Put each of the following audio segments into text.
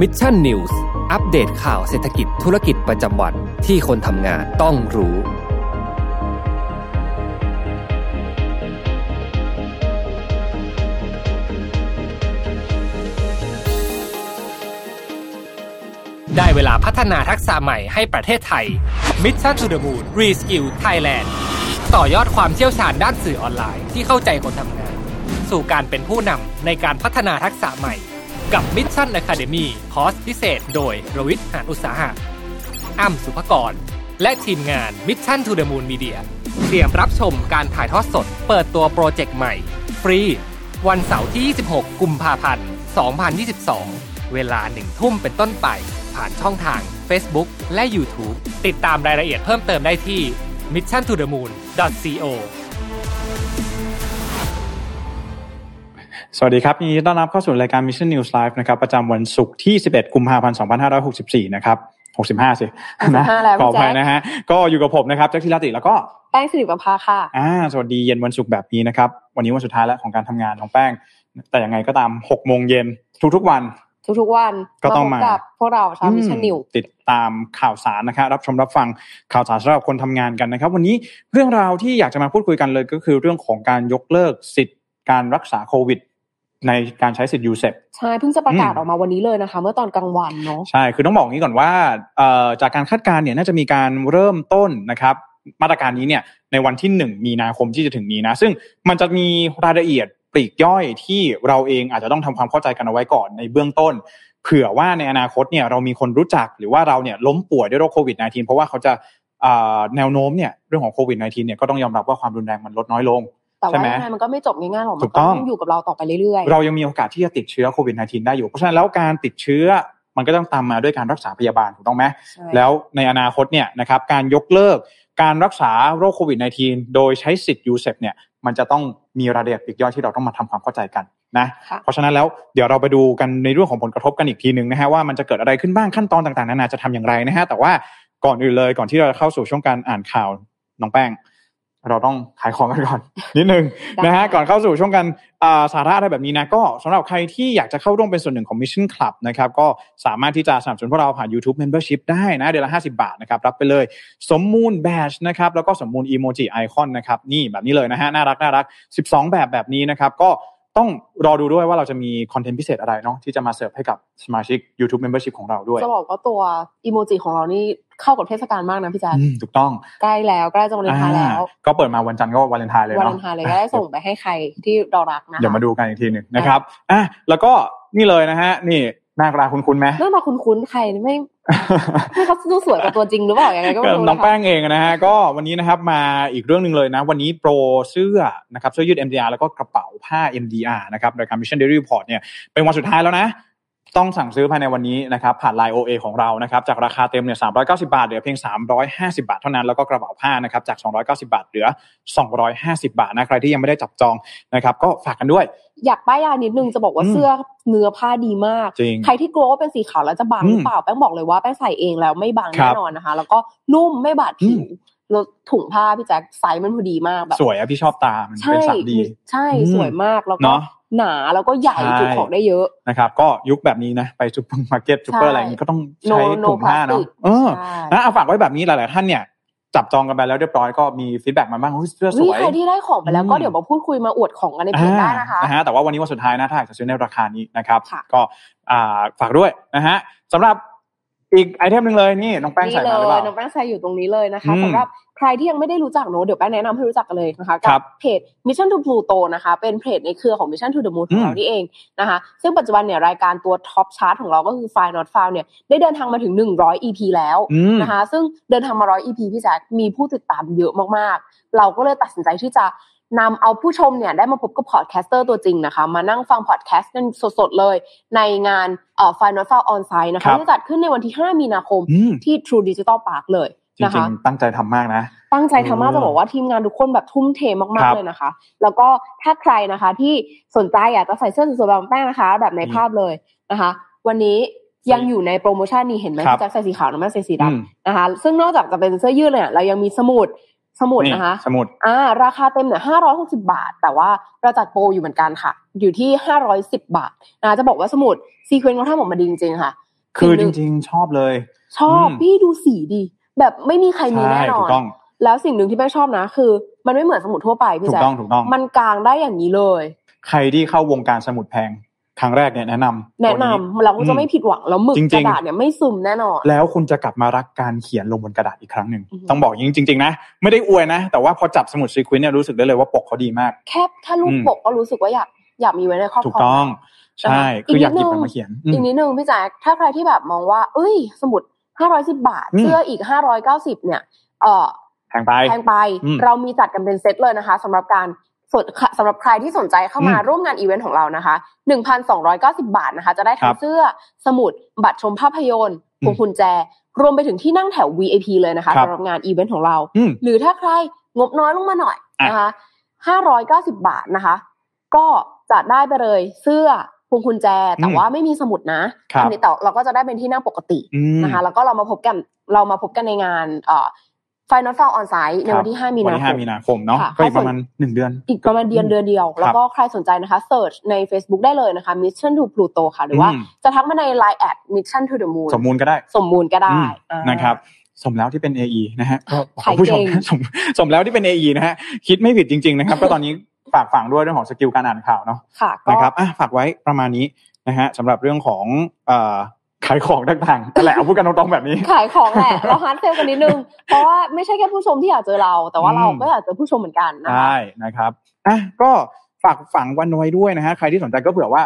มิชชั่นนิวส์อัปเดตข่าวเศรษฐกิจธุรกิจประจำวันที่คนทำงานต้องรู้ ได้เวลาพัฒนาทักษะใหม่ให้ประเทศไทย Mission to the Moon Reskill Thailand ต่อยอดความเชี่ยวชาญด้านสื่อออนไลน์ที่เข้าใจคนทำงาน สู่การเป็นผู้นำในการพัฒนาทักษะใหม่ กับ Mission Academy คอร์สพิเศษโดยรวิทย์หานอุตสาหะอ้ำสุภกร และทีมงาน Mission to the Moon Media เตรียมรับชมการถ่ายทอดสด เปิดตัวโปรเจกต์ใหม่ ฟรี วันเสาร์ที่ 26 กุมภาพันธ์ 2022 เวลา1ทุ่มเป็นต้นไป ผ่านช่องทาง Facebook และ YouTube ติดตามรายละเอียดเพิ่มเติมได้ที่ mission to the moon co สวัสดีครับยินดีต้อนรับเข้าสู่รายการ Mission News Live นะครับประจำวันศุกร์ที่ 11 กุมภาพันธ์ 2564 นะครับ65 สินะ 65แล้ว ขออภัย พี่แจ๊ค นะฮะ ก็อยู่กับผมนะครับแจ็คทิรติแล้วก็ แป้งสิริประภาค่ะ อ่าสวัสดีเย็นวันศุกร์แบบนี้นะครับ วันนี้วันสุดท้ายแล้วของการทำงานของแป้ง แต่ยังไงก็ตาม 6 โมงเย็นทุกๆวัน ทุกๆวัน ก็ต้องมา พบกับพวกเราชาวมิช อืม นิว ติดตามข่าวสารนะครับรับชมรับฟังข่าวสารสำหรับคนทำงานกันนะครับ วันนี้เรื่องราวที่อยากจะมาพูดคุยกันเลยก็คือเรื่องของการยกเลิกสิทธิ์การรักษาโควิด ในการใช้สิทธิ์ยูเซ ใช่เพิ่งจะประกาศ อืม ออกมาวันนี้เลยนะคะ เมื่อตอนกลางวันเนาะ ใช่ คือต้องบอกอย่างนี้ก่อนว่าเอ่อจากการคาดการณ์เนี่ยน่าจะมีการเริ่มต้นนะครับ มาตรการนี้เนี่ยในวันที่ 1 มีนาคมที่จะถึงนี้นะ ซึ่งมันจะมีรายละเอียดปลีกย่อยที่เราเองอาจจะต้องทำความเข้าใจกันเอาไว้ก่อนในเบื้องต้น เผื่อว่าในอนาคตเนี่ยเรามีคนรู้จักหรือว่าเราเนี่ยล้มป่วยด้วยโรคโควิด -19 เพราะว่าเขาจะอ่าแนวโน้มเนี่ยเรื่องของโควิด -19 เนี่ยก็ต้องยอมรับว่าความรุนแรงมันลดน้อยลง แต่ ใช่ ว่า ไหม ยังไงมันก็ไม่จบง่ายๆหรอก ถู มัน กต้อง ต้องอยู่กับเราต่อไปเรื่อย เรายังมีโอกาสที่จะติดเชื้อโควิด -19 ได้อยู่ เพราะฉะนั้นแล้วการติดเชื้อมันก็ต้องตามมาด้วยการรักษาพยาบาลถูกต้องไหม ๆ ใช่ แล้วในอนาคตเนี่ยนะครับการยกเลิกการรักษาโรคโควิด -19 โดยใช้สิทธิ์ยูเซเนี่ยมันจะต้องมีรายละเอียดปลีกย่อยที่เราต้องมาทำความเข้าใจกันนะ ค่ะ เพราะฉะนั้นแล้วเดี๋ยวเราไปดูกันในเรื่องของผลกระทบกันอีกทีหนึ่งนะฮะว่ามันจะเกิดอะไรขึ้นบ้างขั้นตอนต่างๆนานาจะทำอย่างไรนะฮะแต่ว่าก่อนอื่นเลยก่อนที่เราจะเข้าสู่ช่วงการอ่านข่าวน้องแป้ง เราต้องขายของกันก่อน นิดนึง นะฮะก่อนเข้าสู่ช่วงการอ่าสาระอะไรแบบนี้นะก็สำหรับใครที่อยากจะเข้าร่วมเป็นส่วนหนึ่งของ Mission Club นะครับก็สามารถที่จะสนับสนุนพวกเราผ่าน YouTube Membership ได้นะเดือนละ 50 บาทนะครับรับไปเลย สมมูลแบชนะครับแล้วก็สมมูลอีโมจิไอคอนนะครับนี่แบบนี้เลยนะฮะน่ารักน่ารัก 12 แบบแบบนี้นะครับก็ต้องรอดูด้วยว่าเราจะมีคอนเทนต์พิเศษอะไรเนาะที่จะมาเสิร์ฟให้กับสมาชิก YouTube Membership ของเราด้วย จะบอกว่าตัวอีโมจิของเรานี่เข้ากับเทศกาลมากนะพี่แจ๊ค อืมถูกต้อง ใกล้แล้วใกล้จะวันเลนไทน์แล้ว อ่าก็เปิดมาวันจันทร์ก็วันเลนไทน์เลย วัน เนาะ เลนไทน์เลยก็ได้ส่งไปให้ใครที่เรารักนะ เดี๋ยว คะ มาดูกันอีกทีหนึ่งนะครับ อ่ะ แล้วก็นี่เลยนะฮะ นี่หน้ากระดาษคุ้นๆไหม หน่าตาคุ้นๆใครไม่ไม่เขาดูสวยกว่าตัวจริงหรือเปล่ายังไงก็ไม่รู้ น้อง นะคะ แป้งเองนะฮะ ก็วันนี้นะครับมาอีกเรื่องหนึ่งเลยนะ วันนี้โปรเสื้อนะครับเสื้อยืด MDR แล้วก็กระเป๋าผ้า MDR นะครับรายการ Mission Daily Report เนี่ยเป็นวันสุดท้ายแล้วนะ ต้องสั่งซื้อภายในวันนี้นะครับผ่าน Line OA ของเรานะครับจากราคาเต็มเนี่ย390 บาท เหลือเพียง 350 บาทเท่านั้นแล้วก็กระเป๋าผ้านะครับจาก 290 บาทเหลือ 250 บาทนะใครที่ยังไม่ได้จับจองนะครับก็ฝากกันด้วย อยากป้ายยานิดนึงจะบอกว่า อืม เสื้อเนื้อผ้าดีมาก จริง ใครที่กลัวว่าเป็นสีขาวแล้วจะบาง อืม หรือเปล่าแป้งบอกเลยว่าแป้งใส่เองแล้วไม่บาง ครับแน่นอนนะคะ แล้วก็นุ่มไม่บาดผิ อื ว ม แล้วถุงผ้าพี่แจ๊คไซส์มันพอดีมากแบบ สวยอะพี่ชอบตามน ใช่ เป็นสามดี ใช่ อืม สวยมากแล้วก็ เนาะ หนาแล้วก็ใหญ่ ใช่ จุของได้เยอะ นะครับก็ยุคแบบนี้นะ ไปซุปเปอร์มาร์เก็ตซุปเปอร์อะใช่ไรอย่างนี้ก็ต้อง No- ใช้ถุง no ผ้าเนาะ plastic เออ ใช่ นะเอาฝากไว้แบบนี้หลาย ๆ ท่านเนี่ย จับจองกันไปแล้วเรียบร้อยก็มีฟีดแบ็กมาบ้างเฮ้ยเสื้อส นี่ วย ใครที่ได้ของไปแล้ว อืม ก็เดี๋ยวมาพูดคุยมาอวดของกันในเพจได้นะคะ อ่านะฮะแต่ว่าวันนี้วันสุดท้ายนะถ้าอยากจะซื้อในราคานี้นะครับ ค่ะ ก็อ่าฝากด้วยนะฮะสำหรับอีกไอเทมหนึ่งเลยนี่น้องแป้ง นี่ ใส่ เล มาหรื ย อเปล่า น้องแป้งใส่อยู่ตรงนี้เลยนะคะ อืม สำหรับใครที่ยังไม่ได้รู้จักเนอะเดี๋ยวแป้งแนะนำให้รู้จักกันเลยนะคะ ครั กับ เพจ Mission to Pluto นะคะ เป็นเพจในเครือของ Mission to the Moon อืมของเรานี่เองนะคะ ซึ่งปัจจุบันเนี่ยรายการตัวท็อปชาร์ตของเราก็คือ File Not Found เนี่ยได้เดินทางมาถึง 100 EP แล้ว อืม นะคะ ซึ่งเดินทางมา 100 EP พี่แจ๊คมีผู้ติดตามเยอะมากๆ เราก็เลยตัดสินใจที่จะนำเอาผู้ชมเนี่ยได้มาพบกับพอดแคสเตอร์ตัวจริงนะคะ มานั่งฟังพอดแคสต์กันสดๆเลยในงานเอ่อ Final f i l e on Site นะ ครั คะ บ ที่จัดขึ้นในวันที่ 5 มีนาคม อืม ที่ True Digital Park เลย จริ นะ ง คะ ๆ ตั้งใจทำมากนะ ตั้งใจทำมาก เออ จะบอกว่าทีมงานทุกคนแบบทุ่มเท ครั มาก บ ๆเลยนะคะ แล้วก็ถ้าใครนะคะที่สนใจอยากจะใส่เสื้อสวยๆแบบแป้งนะคะ แบบในภาพเลยนะคะ วันนี้ยังอยู่ในโปรโมชั่นนี้เห็นไหม ครับ พี่แจะใส่สีขาวน้ำมันใส่สี อืม ดำนะคะ ซึ่งนอกจากจะเป็นเสื้อยืดเนี่ยเรายังมีสมุดสมุด นี่ นะคะ สมุด อ่าราคาเต็มเนี่ย560 บาท แต่ว่าเราจัดโปรอยู่เหมือนกันค่ะ อยู่ที่ 510 บาทนะจะบอกว่าสมุดซีเควนต์เขาทำออกมาดีจริงๆค่ะ คือจริง ๆ ชอบเลย ชอบ อืม พี่ดูสีดี แบบไม่มีใครมี ใช่ แน่นอ ถู น กต้อง แล้วสิ่งหนึ่งที่แม่ชอบนะ คือ มันไม่เหมือนสมุดทั่วไปพี่ ถูก แจ๊ค ต้องถูกต้อง มันกลางได้อย่างนี้เลย ใครที่เข้าวงการสมุดแพงครั้งแรกเนี่ยแนะนำ แนะนำ ตัว เราก็จะไม่ผิดหวังแล้วหมึก จริงๆ กระดาษเนี่ยไม่ซึมแน่นอน แล้วคุณจะกลับมารักการเขียนลงบนกระดาษอีกครั้งหนึ่ง อือฮึ ต้องบอกอย่างนี้จริง ๆ นะ ไม่ได้อวยนะ แต่ว่าพอจับสมุดซีควินเนี่ยรู้สึกได้เลยว่าปกเขาดีมาก แค่แค่รูป อืม ปกก็รู้สึกว่าอยากอยากมีไว้ในครอบ ถูก ครอ ต้อง ง ใช่ นะคะ คืออยากหยิบ อีกนิดนึ มัน ง มาเขียนอืม อีกนิดนึงพี่แจ๊คถ้าใครที่แบบมองว่า เอ้ย สมุดห้าร้อยสิบาท อืม เสื้ออีกห้าร้อยเก้าสิบเนี่ยเออ แพงไป แพงไป อืม เรามีจัดกันเป็นเซตเลยนะคะสำหรับการสดสำหรับใครที่สนใจเข้ามา อืม ร่วมงานอีเวนต์ของเรานะคะ 1,290 บาทนะคะ จะได้ ครั ทั้ง บ เสื้อสมุด บัตรชมภาพยนตร์พวง อืม กุญแจ รวมไปถึงที่นั่งแถว VIP เลยนะคะ ครับ สำหรับงานอีเวนต์ของเรา อืม หรือถ้าใครงบน้อยลงมาหน่อย อ่ะ นะคะ 590 บาทนะคะ ก็จะได้ไปเลยเสื้อพวงกุญแจ แต่ว่าไม่มีสมุดนะครับ อันนี้แต่เราก็จะได้เป็นที่นั่งปกติ อืม นะคะแล้วก็เรามาพบกันเรามาพบกันในงานเอ่อ Final f o u n on Site ใน ครั วั บ นที่ 5 มี วัน นา ที่ ค ห้าม มีนาคมเนาะ ค่ะ ก็อีก ใครสน ประมาณหนึ่งเดือน อีกประมาณเดือนเดือนเดียว ครับ แล้วก็ใครสนใจนะคะเ e ิร์ชใน Facebook ได้เลยนะคะ Mission to Pluto ค่ะ หรือว่า อืม จะทักมาใน Line at Mission to the Moon สมมูลก็ได้ สมมูลก็ได้ อืม อ่า นะครับ สมแล้วที่เป็น AE นะฮะก็ขอ ขาย ผู้ชม เก่ง สม สมแล้วที่เป็น AE นะฮะคิดไม่ผิดจริง ๆ นะครับ ก็ตอนนี้ฝากฝังด้วยเรื่องของสกิลการอ่านข่าวเนาะ ค่ะก็ นะครับอ่ะฝากไว้ประมาณนี้นะฮะสำหรับเรื่องของเอ่อขายของต่างๆแต่แหละเอาพูดกันตรงๆแบบนี้ ขายของแหละ เราฮาร์ดเซลกันนิดนึง เพราะว่าไม่ใช่แค่ผู้ชมที่อยากเจอเรา แต่ว่า อืม เราก็อยากเจอผู้ชมเหมือนกันนะคะ ได้นะครับอ่ะก็ฝากฝังวันไว้ด้วยนะฮะใครที่สนใจก็เผื่อว่า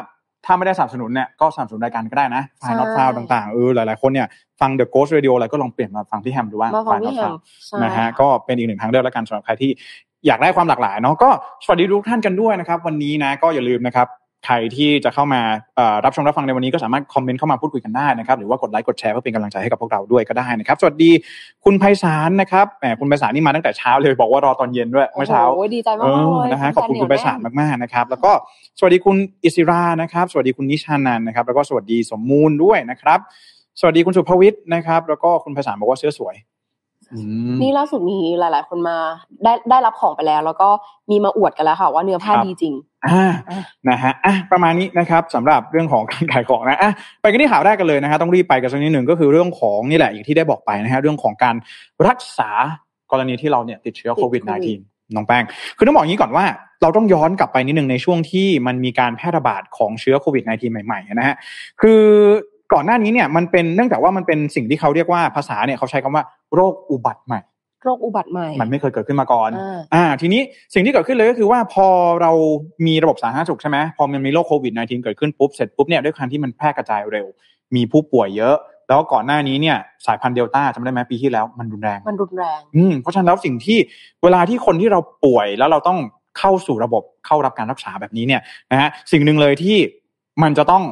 ถ้าไม่ได้สนับสนุนเนี่ยก็สนับสนุนรายการก็ได้นะฟายนอต ใช่ ซาวต่างๆเออหลายๆคนเนี่ยฟัง The Ghost Radio อะไรก็ลองเปลี่ยนมาฟังพี่แฮมดูว่าง มาฟัง Fine พี่ Not แฮ Sound มใช่ นะฮะก็เป็นอีกหนึ่งทางเลือกแล้วกันสำหรับใครที่อยากได้ความหลากหลายเนาะก็สวัสดีทุกท่านกันด้วยนะครับ วันนี้นะก็อย่าลืมนะครับใครที่จะเข้ามาเอ่อรับชมรับฟังในวันนี้ก็สามารถคอมเมนต์เข้ามาพูดคุยกันได้นะครับหรือว่ากดไลค์กดแชร์เพื่อเป็นกำลังใจให้กับพวกเราด้วยก็ได้นะครับ สวัสดีคุณไพศาลนะครับแหมคุณไพศาลนี่มาตั้งแต่เช้าเลยบอกว่ารอตอนเย็นด้วยเมื่อเช้า โอ้โหดีใจมากๆเลย นะฮะขอบคุณคุณ แฟ ไป นเหยวแ สารมากๆนะครับ แล้วก็สวัสดีคุณอิสิรานะครับ สวัสดีคุณนิชานันนะครับ แล้วก็สวัสดีสมมูลด้วยนะครับ สวัสดีคุณสุภวิทย์นะครับ แล้วก็คุณไพศาลบอกว่าเสื้อสวยอืม นี่ล่าสุดมีหลาย ๆ คนมาได้ได้รับของไปแล้ว แล้วก็มีมาอวดกันแล้วค่ะ ว่าเนื้อผ้า ครับ ดีจริง อ่า อ่ะ นะฮะอ่ะประมาณนี้นะครับสำหรับเรื่องของ การขายของนะอ่ะไปกันที่ข่าวแรกกันเลยนะฮะต้องรีบไปกันสักนิดหนึ่งก็คือเรื่องของนี่แหละอย่างที่ได้บอกไปนะฮะเรื่องของการรักษากรณีที่เราเนี่ยติดเชื้อโควิด -19 น้องแป้งคือต้องบอกอย่างนี้ก่อนว่า เราต้องย้อนกลับไปนิดหนึ่งในช่วงที่มันมีการแพร่ระบาดของเชื้อโควิด -19 ใหม่ๆนะฮะคือก่อนหน้านี้เนี่ยมันเป็นเนื่องจากว่ามันเป็นสิ่งที่เขาเรียกว่าภาษาเนี่ยเขาใช้คำว่าโรคอุบัติใหม่ โรคอุบัติใหม่ มันไม่เคยเกิดขึ้นมาก่อน อ่า อ่าทีนี้สิ่งที่เกิดขึ้นเลยก็คือว่าพอเรามีระบบสาธารณสุขใช่ไหมพอมันมีโรคโควิด -19 เกิดขึ้นปุ๊บเสร็จปุ๊บเนี่ยด้วยความที่มันแพร่กระจายเร็ว มีผู้ป่วยเยอะ แล้วก่อนหน้านี้เนี่ยสายพันธุ์เดลต้าจำได้ไหมปีที่แล้วมันรุนแรง มันรุนแรง อืมเพราะฉะนั้นแล้วสิ่งที่เวลาที่คนที่เราป่วยแล้วเราต้องเข้าสู่ระบบเข้ารับการรักษาแบบนี้เนี่ยนะฮะสิ่งหนึ่งเลยที่มันจะต้อง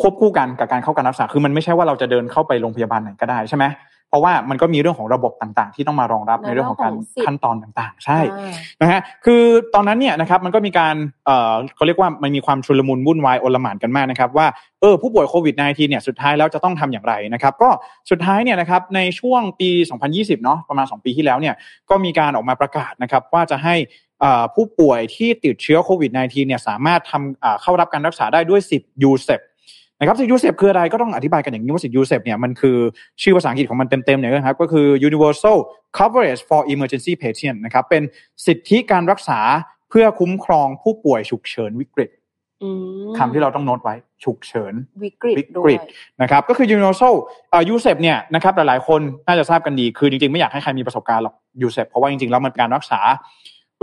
ควบคู่กันกับการเข้าการรักษาคือมันไม่ใช่ว่าเราจะเดินเข้าไปโรงพยาบาลไหนก็ได้ใช่ไหมเพราะว่ามันก็มีเรื่องของระบบต่างๆ ที่ต้องมารองรับในเรื่องของการ ในเรื่องของสิทธิ์ ขั้นตอนต่างๆ ใช่ อ่า นะฮะ คือตอนนั้นเนี่ยนะครับ มันก็มีการ เอ่อเขาเรียกว่า มันมีความชุลมุนวุ่นวายโอลหม่านกันมากนะครับ ว่า เออ ผู้ป่วยโควิด -19 เนี่ย สุดท้ายแล้วจะต้องทำอย่างไรนะครับ ก็สุดท้ายเนี่ยนะครับ ในช่วงปี 2020 เนาะ ประมาณ 2 ปีที่แล้วเนี่ย ก็มีการออกมาประกาศนะครับว่าจะให้เอ่อผู้ป่วยที่ติดเชื้อโควิด -19 เนี่ยสามารถทำอ่าเข้ารับการรักษาได้ด้วย 10 ยูเซปนะครับสิยูเซปคืออะไรก็ต้องอธิบายกันอย่างนี้ว่าสิยูเซปเนี่ยมันคือชื่อภาษาอังกฤษของมันเต็มๆเนี่ยนะครับก็คือ universal coverage for emergency patient นะครับเป็นสิทธิการรักษาเพื่อคุ้มครองผู้ป่วยฉุกเฉินวิกฤต อืม คำที่เราต้องโน้ตไว้ฉุกเฉิน วิกฤต วิ ด้ว ก ย ฤต นะครับก็คือ universal เอ่อ USEP เนี่ยนะครับหลายๆ คนน่าจะทราบกันดี คือจริงๆ ไม่อยากให้ใครมีประสบการณ์หรอก USEP เพราะว่าจริงๆ แล้วมันเป็นการรักษา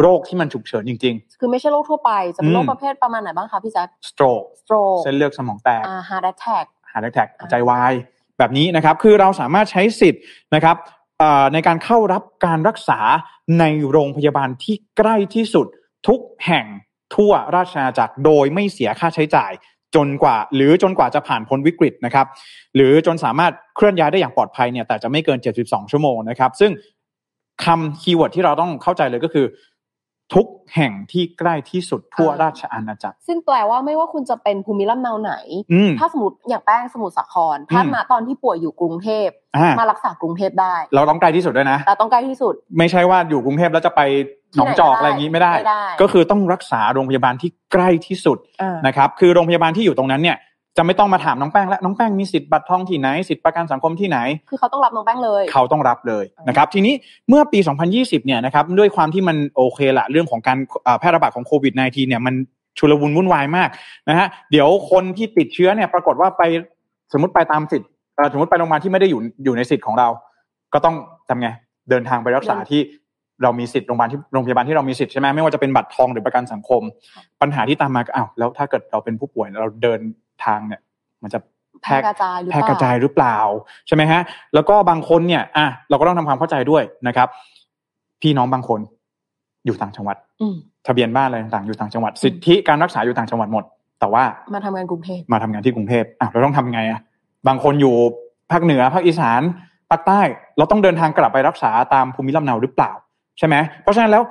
โรคที่มันฉุกเฉินจริง คือไม่ใช่โรคทั่วไป จะเป็นโรค อืม ประเภทประมาณไหนบ้างคะพี่แจ๊ค ๆ stroke stroke เส้นเลือดสมองแตก อ่า heart attack หาแท็กหัวใจวายแบบนี้นะครับ คือเราสามารถใช้สิทธิ์นะครับเอ่อในการเข้ารับการรักษาในโรงพยาบาลที่ใกล้ที่สุดทุกแห่งทั่วราชอาณาจักรโดยไม่เสียค่าใช้จ่าย จนกว่า หรือจนกว่าจะผ่านพ้นวิกฤตนะครับ หรือจนสามารถเคลื่อนย้ายได้อย่างปลอดภัยเนี่ยแต่จะไม่เกิน 72 ชั่วโมงนะครับ ซึ่งคำคีย์เวิร์ดที่เราต้องเข้าใจเลยก็คือ ทุกแห่งที่ใกล้ที่สุดทั่วราชอาณาจักร ซึ่งแปลว่าไม่ว่าคุณจะเป็นภูมิลำเนาไหน อืม ถ้าสมมติอย่างแป้งสมุทรสาครถ้า อืม มาตอนที่ป่วยอยู่กรุงเทพ อ่า มารักษากรุงเทพได้ เราต้องไกลที่สุดด้วยนะ แต่ต้องใกล้ที่สุด ไม่ใช่ว่าอยู่กรุงเทพแล้วจะไปหนองจอกอะไรอที่ไหนก็ได้ย่างนี้ไม่ได้ ไม่ได้ ก็คือต้องรักษาโรงพยาบาลที่ใกล้ที่สุด อ่า นะครับ คือโรงพยาบาลที่อยู่ตรงนั้นเนี่ย จะไม่ต้องมาถามน้องแป้งแล้วน้องแป้งมีสิทธิ์บัตรทองที่ไหนสิทธิ์ประกันสังคมที่ไหน คือเขาต้องรับน้องแป้งเลย เขาต้องรับเลยนะครับทีนี้เมื่อปี 2020 เนี่ยนะครับด้วยความที่มันโอเคละเรื่องของการอ่าแพร่ระบาดของโควิด -19 เนี่ยมันชุลมุนวุ่นวายมากนะฮะเดี๋ยวคนที่ติดเชื้อเนี่ยปรากฏว่าไปสมมติไปตามสิทธิ์เอ่อสมมติไปโรงพยาบาลที่ไม่ได้อยู่อยู่ในสิทธิ์ของเรา ก็ต้องทำไงเดินทางไปรักษา เดิน ที่เรามีสิทธิ์โรงพยาบาลที่โรงพยาบาลที่เรามีสิทธิ์ใช่ไหมไม่ว่าจะเป็นบัตรทองหรือประกันสังคม ปัญหาที่ตามมาก็อ้าวแล้วถ้าเกิดเราเป็นผู้ป่วยแล้วเราเดินทางเนี่ย มันจะ แพ แพ ร่ ร่ กระจายหรือ แพร่ เปล่าก ระจายหรือเปล่าใช่ไหมฮะ แล้วก็บางคนเนี่ยอ่ะเราก็ต้องทำความเข้าใจด้วยนะครับ พี่น้องบางคนอยู่ต่างจังหวัด อืม ทะเบียนบ้านอะไรต่างๆอยู่ต่างจังหวัด สิทธิการรักษาอยู่ต่างจังหวัดหมด แต่ว่า มาทำงานกรุงเทพ มาทำงานที่กรุงเทพอ่ะเราต้องทำไงอ่ะบางคนอยู่ภาคเหนือภาคอีสานภาคใต้ เราต้องเดินทางกลับไปรักษาตามภูมิลำเนาหรือเปล่า ใช่ไหมเพราะฉะนั้นแล้ว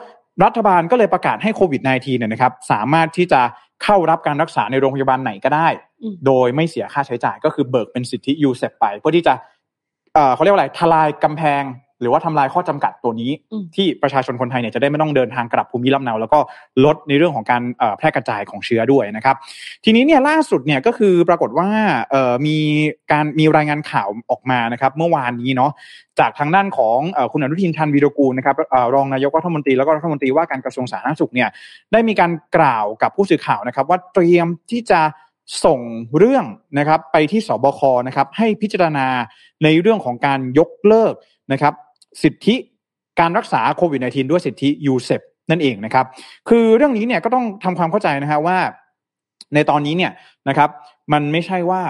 รัฐบาลก็เลยประกาศให้โควิด -19 เนี่ยนะครับ สามารถที่จะเข้ารับการรักษาในโรงพยาบาลไหนก็ได้ อืม โดยไม่เสียค่าใช้จ่ายก็คือเบิกเป็นสิทธิยูเซปไป เพื่อที่จะเอ่อเขาเรียกว่าอะไรทลายกำแพง หรือว่าทำลายข้อจำกัดตัวนี้ อืม ที่ประชาชนคนไทยเนี่ยจะได้ไม่ต้องเดินทางกลับภูมิลำเนา แล้วก็ลดในเรื่องของการเอ่อแพร่กระจายของเชื้อด้วยนะครับ ทีนี้เนี่ยล่าสุดเนี่ยก็คือปรากฏว่าเอ่อมีการมีรายงานข่าวออกมานะครับ เมื่อวานนี้เนาะจากทางด้านของเอ่อคุณอนุทินชาญวีรกูลนะครับเอ่อรองนายกรัฐมนตรีแล้วก็รัฐมนตรีว่าการกระทรวงสาธารณสุขเนี่ย ได้มีการกล่าวกับผู้สื่อข่าวนะครับ ว่าเตรียมที่จะส่งเรื่องนะครับไปที่สบคนะครับให้พิจารณาในเรื่องของการยกเลิกนะครับ สิทธิการรักษาโควิด -19 ด้วยสิทธิยูเซปนั่นเองนะครับ คือเรื่องนี้เนี่ยก็ต้องทำความเข้าใจนะฮะว่า ในตอนนี้เนี่ยนะครับ มันไม่ใช่ว่า